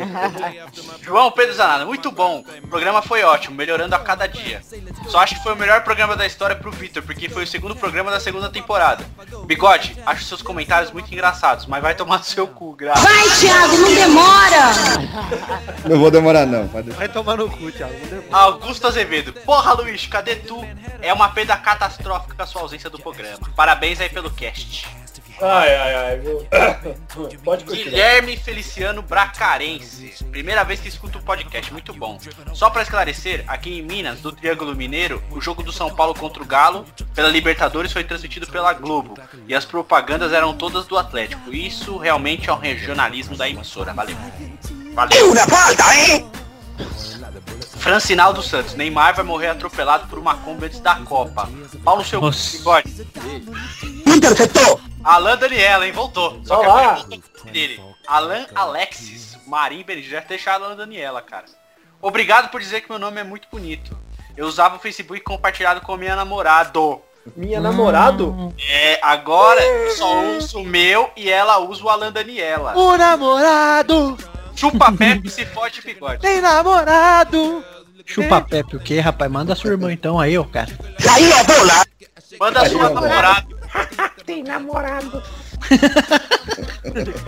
[SPEAKER 10] João Pedro Zanada, muito bom. O programa foi ótimo, melhorando a cada dia. Só acho que foi o melhor programa da história pro Victor, porque foi o segundo programa da segunda temporada. Bigode, acho seus comentários muito engraçados, mas vai tomar no seu cu, graças.
[SPEAKER 17] Vai, Thiago, não demora.
[SPEAKER 5] Não vou demorar não. pode deixar.
[SPEAKER 1] Vai tomar no cu, Thiago.
[SPEAKER 10] Augusto Azevedo, porra Luiz, cadê tu? É uma perda catastrófica a sua ausência do programa. Parabéns aí pelo cast.
[SPEAKER 6] Ai, ai, ai. vou- Pode continuar.
[SPEAKER 10] Guilherme Feliciano Bracarense. Primeira vez que escuto o podcast, muito bom. Só pra esclarecer, aqui em Minas, do Triângulo Mineiro, o jogo do São Paulo contra o Galo pela Libertadores foi transmitido pela Globo. E as propagandas eram todas do Atlético. Isso realmente é um regionalismo da emissora. Valeu. Valeu. Francinal dos Santos, Neymar vai morrer atropelado por uma Kombi antes da Copa. Paulo seu
[SPEAKER 2] Nossa.
[SPEAKER 10] bigode. Alan Daniela, hein? Voltou. Só que
[SPEAKER 6] Olá.
[SPEAKER 10] agora voltou o nome dele. Alan Alexis, Marim Benedito. Deve ter deixado Alan Daniela, cara. Obrigado por dizer que meu nome é muito bonito. Eu usava o Facebook compartilhado com minha namorado.
[SPEAKER 6] Minha namorado?
[SPEAKER 10] É, agora só uso o meu e ela usa o Alan Daniela.
[SPEAKER 1] O namorado!
[SPEAKER 10] Chupa Pepe se fode bigode.
[SPEAKER 1] Tem namorado!
[SPEAKER 2] Chupa Pepe o quê, rapaz? Manda sua irmã então aí, ó, cara.
[SPEAKER 10] Manda sua namorada.
[SPEAKER 9] Tem namorado.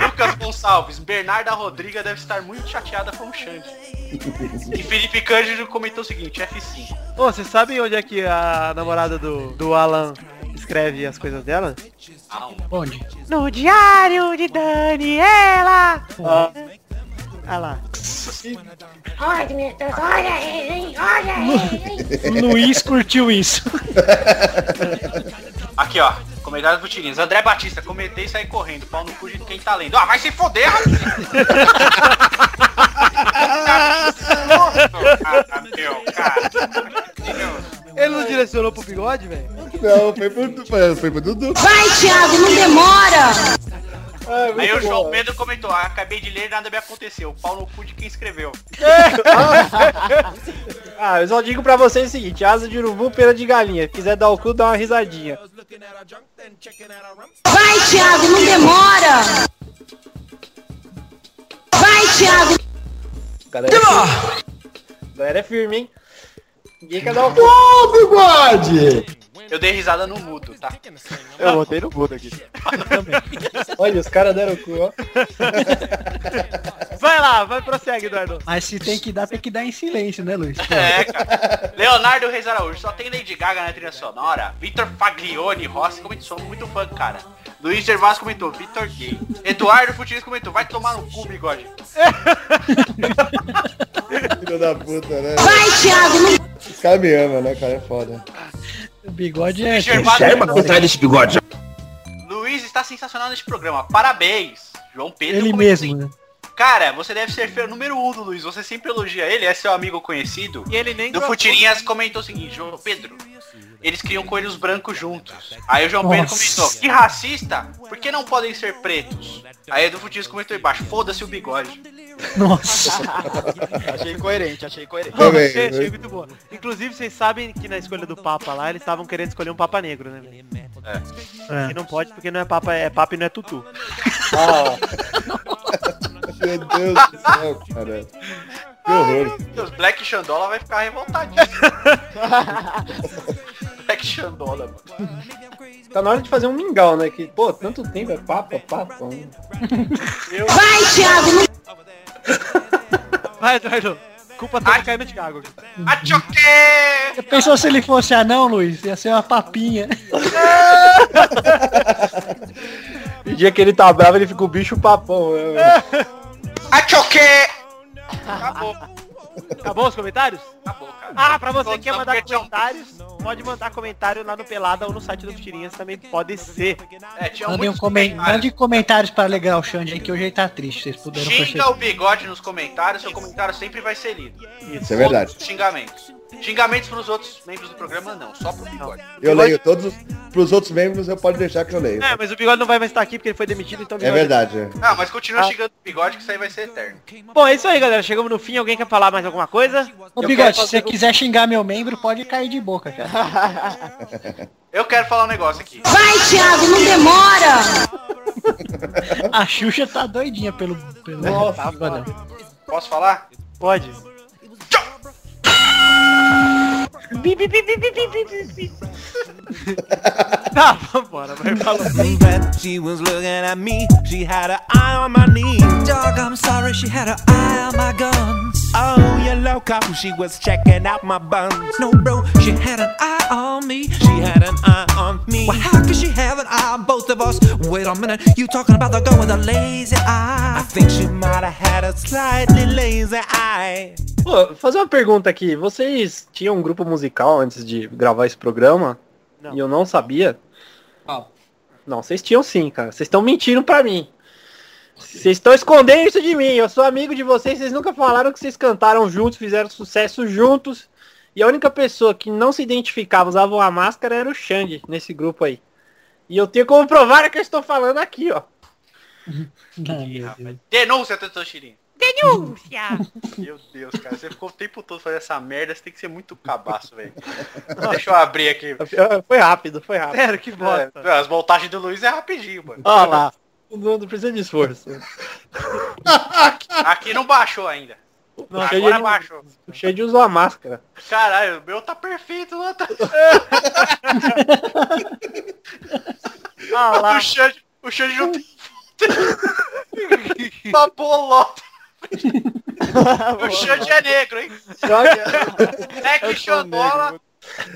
[SPEAKER 10] Lucas Gonçalves, Bernarda Rodriga deve estar muito chateada com o Xande. E Felipe Cândido comentou o seguinte, F5.
[SPEAKER 1] Ô, vocês sabem onde é que a namorada do, do Alan escreve as coisas dela?
[SPEAKER 2] Onde?
[SPEAKER 9] No diário de Daniela.
[SPEAKER 1] Ah lá.
[SPEAKER 9] Olha, meu Deus, olha ele, hein? Olha ele, hein?
[SPEAKER 2] Luiz curtiu isso.
[SPEAKER 10] Aqui, ó. Comentário do Tirinhos. André Batista, comentei e saí correndo. Pau no cu de quem tá lendo. Ah, vai se foder, rapaz! meu, cara.
[SPEAKER 1] Ele não direcionou pro bigode, velho?
[SPEAKER 5] Não, foi pro, foi, foi pro Dudu.
[SPEAKER 17] Vai, Thiago, não demora.
[SPEAKER 6] Ai,
[SPEAKER 10] Aí
[SPEAKER 6] muito
[SPEAKER 10] o João
[SPEAKER 6] bom.
[SPEAKER 10] Pedro comentou, ah, acabei de ler e nada me aconteceu. Pau no cu de quem escreveu.
[SPEAKER 6] Ah, eu só digo pra vocês o seguinte, asa de urubu, pera de galinha. Se quiser dar o cu, dá uma risadinha.
[SPEAKER 17] Vai, Thiago, não demora. Vai, Thiago.
[SPEAKER 6] Galera, é firme. Galera é firme, hein? Ninguém quer dar o cu.
[SPEAKER 5] Ô, bigode!
[SPEAKER 10] Eu dei risada no mudo, tá?
[SPEAKER 4] Eu botei no mudo aqui.
[SPEAKER 6] Olha, os caras deram o cu, ó.
[SPEAKER 1] Vai lá, vai, prossegue, Eduardo.
[SPEAKER 2] Mas se tem que dar, tem que dar em silêncio, né, Luiz?
[SPEAKER 10] É, cara. Leonardo Reis Araújo, só tem Lady Gaga na trilha sonora. Vitor Faglione, Rossi comentou, sou muito fã, cara. Luiz Gervais comentou, Vitor Gay. Eduardo Futiris comentou, vai tomar no cu, bigode.
[SPEAKER 5] Filho da puta, né?
[SPEAKER 17] Vai, Thiago, não
[SPEAKER 5] Os caras me amam, né, cara? É foda.
[SPEAKER 2] O bigode é.
[SPEAKER 10] Gervais-
[SPEAKER 18] desse bigode.
[SPEAKER 10] Luiz está sensacional neste programa, parabéns. João Pedro
[SPEAKER 2] Ele
[SPEAKER 10] comentou
[SPEAKER 2] mesmo, né?
[SPEAKER 10] Cara, você deve ser fã número um do Luiz. Você sempre elogia ele, é seu amigo conhecido.
[SPEAKER 1] E ele nem
[SPEAKER 10] Do Futirinhas comentou o seguinte, João Pedro. Eles criam coelhos brancos juntos. Aí o João Pedro
[SPEAKER 2] Nossa.
[SPEAKER 10] comentou, que racista? Por que não podem ser pretos? Aí do Futirinhas comentou embaixo, foda-se o bigode.
[SPEAKER 2] Nossa.
[SPEAKER 16] achei coerente, achei coerente.
[SPEAKER 1] Também, achei,
[SPEAKER 5] né?
[SPEAKER 1] achei muito boa. Inclusive, vocês sabem que na escolha do Papa lá, eles estavam querendo escolher um Papa Negro, né? É. Que não pode porque não é Papa, é Papa e não é Tutu.
[SPEAKER 5] Meu Deus do céu, cara. Que horror.
[SPEAKER 10] Os Black Xandola vai ficar revoltadinho. Black Xandola, mano.
[SPEAKER 6] Tá na hora de fazer um mingau, né? Que, pô, tanto tempo é papa, papa.
[SPEAKER 15] Eu... Vai, Thiago! não-
[SPEAKER 1] Vai, É, Eduardo. Culpa toda Ai. caindo de água.
[SPEAKER 2] Você pensou se ele fosse anão, Luiz? Ia ser uma papinha.
[SPEAKER 6] O dia que ele tá bravo, ele fica o bicho papão, né? velho?
[SPEAKER 10] Achoque!
[SPEAKER 1] Acabou. Acabou Tá os comentários? Acabou, cara. Ah, pra você que quer mandar
[SPEAKER 10] um
[SPEAKER 1] comentários, pode mandar comentário lá no Pelada ou no site do Tirinhas também pode ser.
[SPEAKER 10] É, tinha
[SPEAKER 2] Mandem um
[SPEAKER 10] muitos
[SPEAKER 2] comen
[SPEAKER 10] comentários.
[SPEAKER 2] mande comentários para alegrar o Xande aí, que hoje ele tá triste. Vocês puderam
[SPEAKER 10] Xinga
[SPEAKER 2] perceber.
[SPEAKER 10] o bigode nos comentários, seu comentário sempre vai ser lido.
[SPEAKER 5] Isso é verdade.
[SPEAKER 10] Outros Xingamentos. Xingamentos pros outros membros do programa, não. Só pro bigode.
[SPEAKER 5] Eu leio todos os. Pros outros membros eu posso deixar que eu leio.
[SPEAKER 1] É, mas o Bigode não vai mais estar aqui porque ele foi demitido, então... o
[SPEAKER 5] É
[SPEAKER 1] Bigode-
[SPEAKER 5] verdade. é.
[SPEAKER 10] Ah, mas continua
[SPEAKER 1] Ah.
[SPEAKER 10] xingando o bigode que isso aí vai ser eterno.
[SPEAKER 1] Bom, é isso aí, galera. Chegamos no fim. Alguém quer falar mais alguma coisa?
[SPEAKER 2] Ô, Bigode, se você quiser xingar meu membro, pode cair de boca, cara.
[SPEAKER 10] Eu quero falar um negócio aqui.
[SPEAKER 15] Vai, Thiago, não demora!
[SPEAKER 2] A Xuxa tá doidinha pelo... pelo
[SPEAKER 10] Nossa,
[SPEAKER 2] pelo bigodão.
[SPEAKER 10] Posso falar?
[SPEAKER 1] Pode.
[SPEAKER 9] Bi, bi, bi, bi, bi, bi, bi, bi, bi.
[SPEAKER 1] Tá, vambora. Vai, falou.
[SPEAKER 13] But she was looking at me, she had her eye on my knee. Dog, I'm sorry, she had her eye on my guns. Oh, you loco, she was checking out my buns. No, bro, she had an eye on me. She had an eye on me. Well, how could she have an eye on both of us? Wait a minute, you talking about the girl with a lazy eye? I think she might have had a slightly lazy eye.
[SPEAKER 6] Pô, fazer uma pergunta aqui. Vocês tinham um grupo musical antes de gravar esse programa?
[SPEAKER 1] Não.
[SPEAKER 6] E eu não sabia?
[SPEAKER 2] Não.
[SPEAKER 6] Não, vocês tinham sim, cara. Vocês estão mentindo pra mim. Vocês estão escondendo isso de mim. Eu sou amigo de vocês. Vocês nunca falaram que vocês cantaram juntos, fizeram sucesso juntos. E a única pessoa que não se identificava, usava uma máscara, era o Xande nesse grupo aí. E eu tenho como provar o que eu estou falando aqui, ó.
[SPEAKER 2] Ah, meu Deus.
[SPEAKER 10] Denúncia, Tantão Xirinho.
[SPEAKER 9] Denúncia!
[SPEAKER 10] Meu Deus, cara, você ficou o tempo todo fazendo essa merda, você tem que ser muito cabaço, velho. Deixa eu abrir aqui.
[SPEAKER 6] Foi rápido, foi rápido.
[SPEAKER 1] Sério, que bosta.
[SPEAKER 10] É, as voltagens do Luiz é rapidinho, mano.
[SPEAKER 6] Ó lá. Não não precisa de esforço.
[SPEAKER 10] Aqui não baixou ainda.
[SPEAKER 6] Não, cheio
[SPEAKER 10] Agora
[SPEAKER 6] de-
[SPEAKER 10] baixou.
[SPEAKER 6] O Xande usa uma máscara.
[SPEAKER 10] Caralho, o meu tá perfeito lá. Tá...
[SPEAKER 1] Ah, lá.
[SPEAKER 10] O Xande, o Xande não tem Uma bolota. o Xande é negro, hein?
[SPEAKER 6] Só que
[SPEAKER 10] É que Xandola.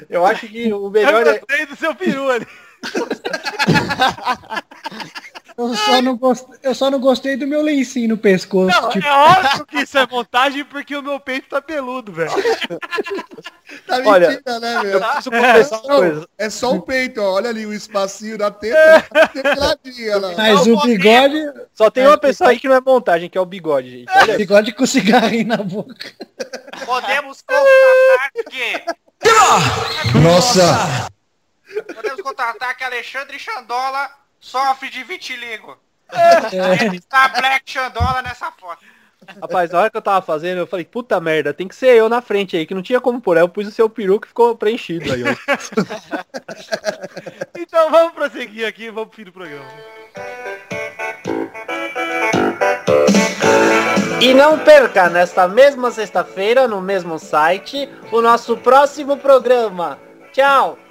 [SPEAKER 6] eu acho que o
[SPEAKER 1] Eu
[SPEAKER 6] melhor é.
[SPEAKER 1] gostei do seu peru ali.
[SPEAKER 2] Eu só, não gost... eu só não gostei do meu lencinho no pescoço.
[SPEAKER 1] Não,
[SPEAKER 2] tipo,
[SPEAKER 1] é óbvio que isso é montagem porque o meu peito tá peludo, velho.
[SPEAKER 5] Tá
[SPEAKER 6] Olha,
[SPEAKER 5] mentira, né, meu?
[SPEAKER 6] Preciso confessar uma
[SPEAKER 5] Não,
[SPEAKER 6] coisa.
[SPEAKER 5] é só o peito, ó. Olha ali o espacinho da teta. tá Tecladinha lá.
[SPEAKER 2] mas o um bigode,
[SPEAKER 6] Só tem uma pessoa aí que não é montagem, que é o bigode, gente.
[SPEAKER 2] o
[SPEAKER 6] Olha,
[SPEAKER 2] bigode com cigarrinho na boca.
[SPEAKER 10] Podemos contratar que...
[SPEAKER 5] Nossa!
[SPEAKER 10] Podemos contratar que Alexandre Xandola sofre de vitiligo.
[SPEAKER 2] É,
[SPEAKER 10] Tá Black Xandola nessa foto.
[SPEAKER 6] rapaz, na hora que eu tava fazendo, eu falei, puta merda, tem que ser eu na frente aí, que não tinha como pôr. Aí eu pus o seu peru que ficou preenchido aí, ó.
[SPEAKER 1] Então vamos prosseguir aqui, vamos pro fim do programa.
[SPEAKER 6] E não perca, nesta mesma sexta-feira, no mesmo site, o nosso próximo programa. Tchau!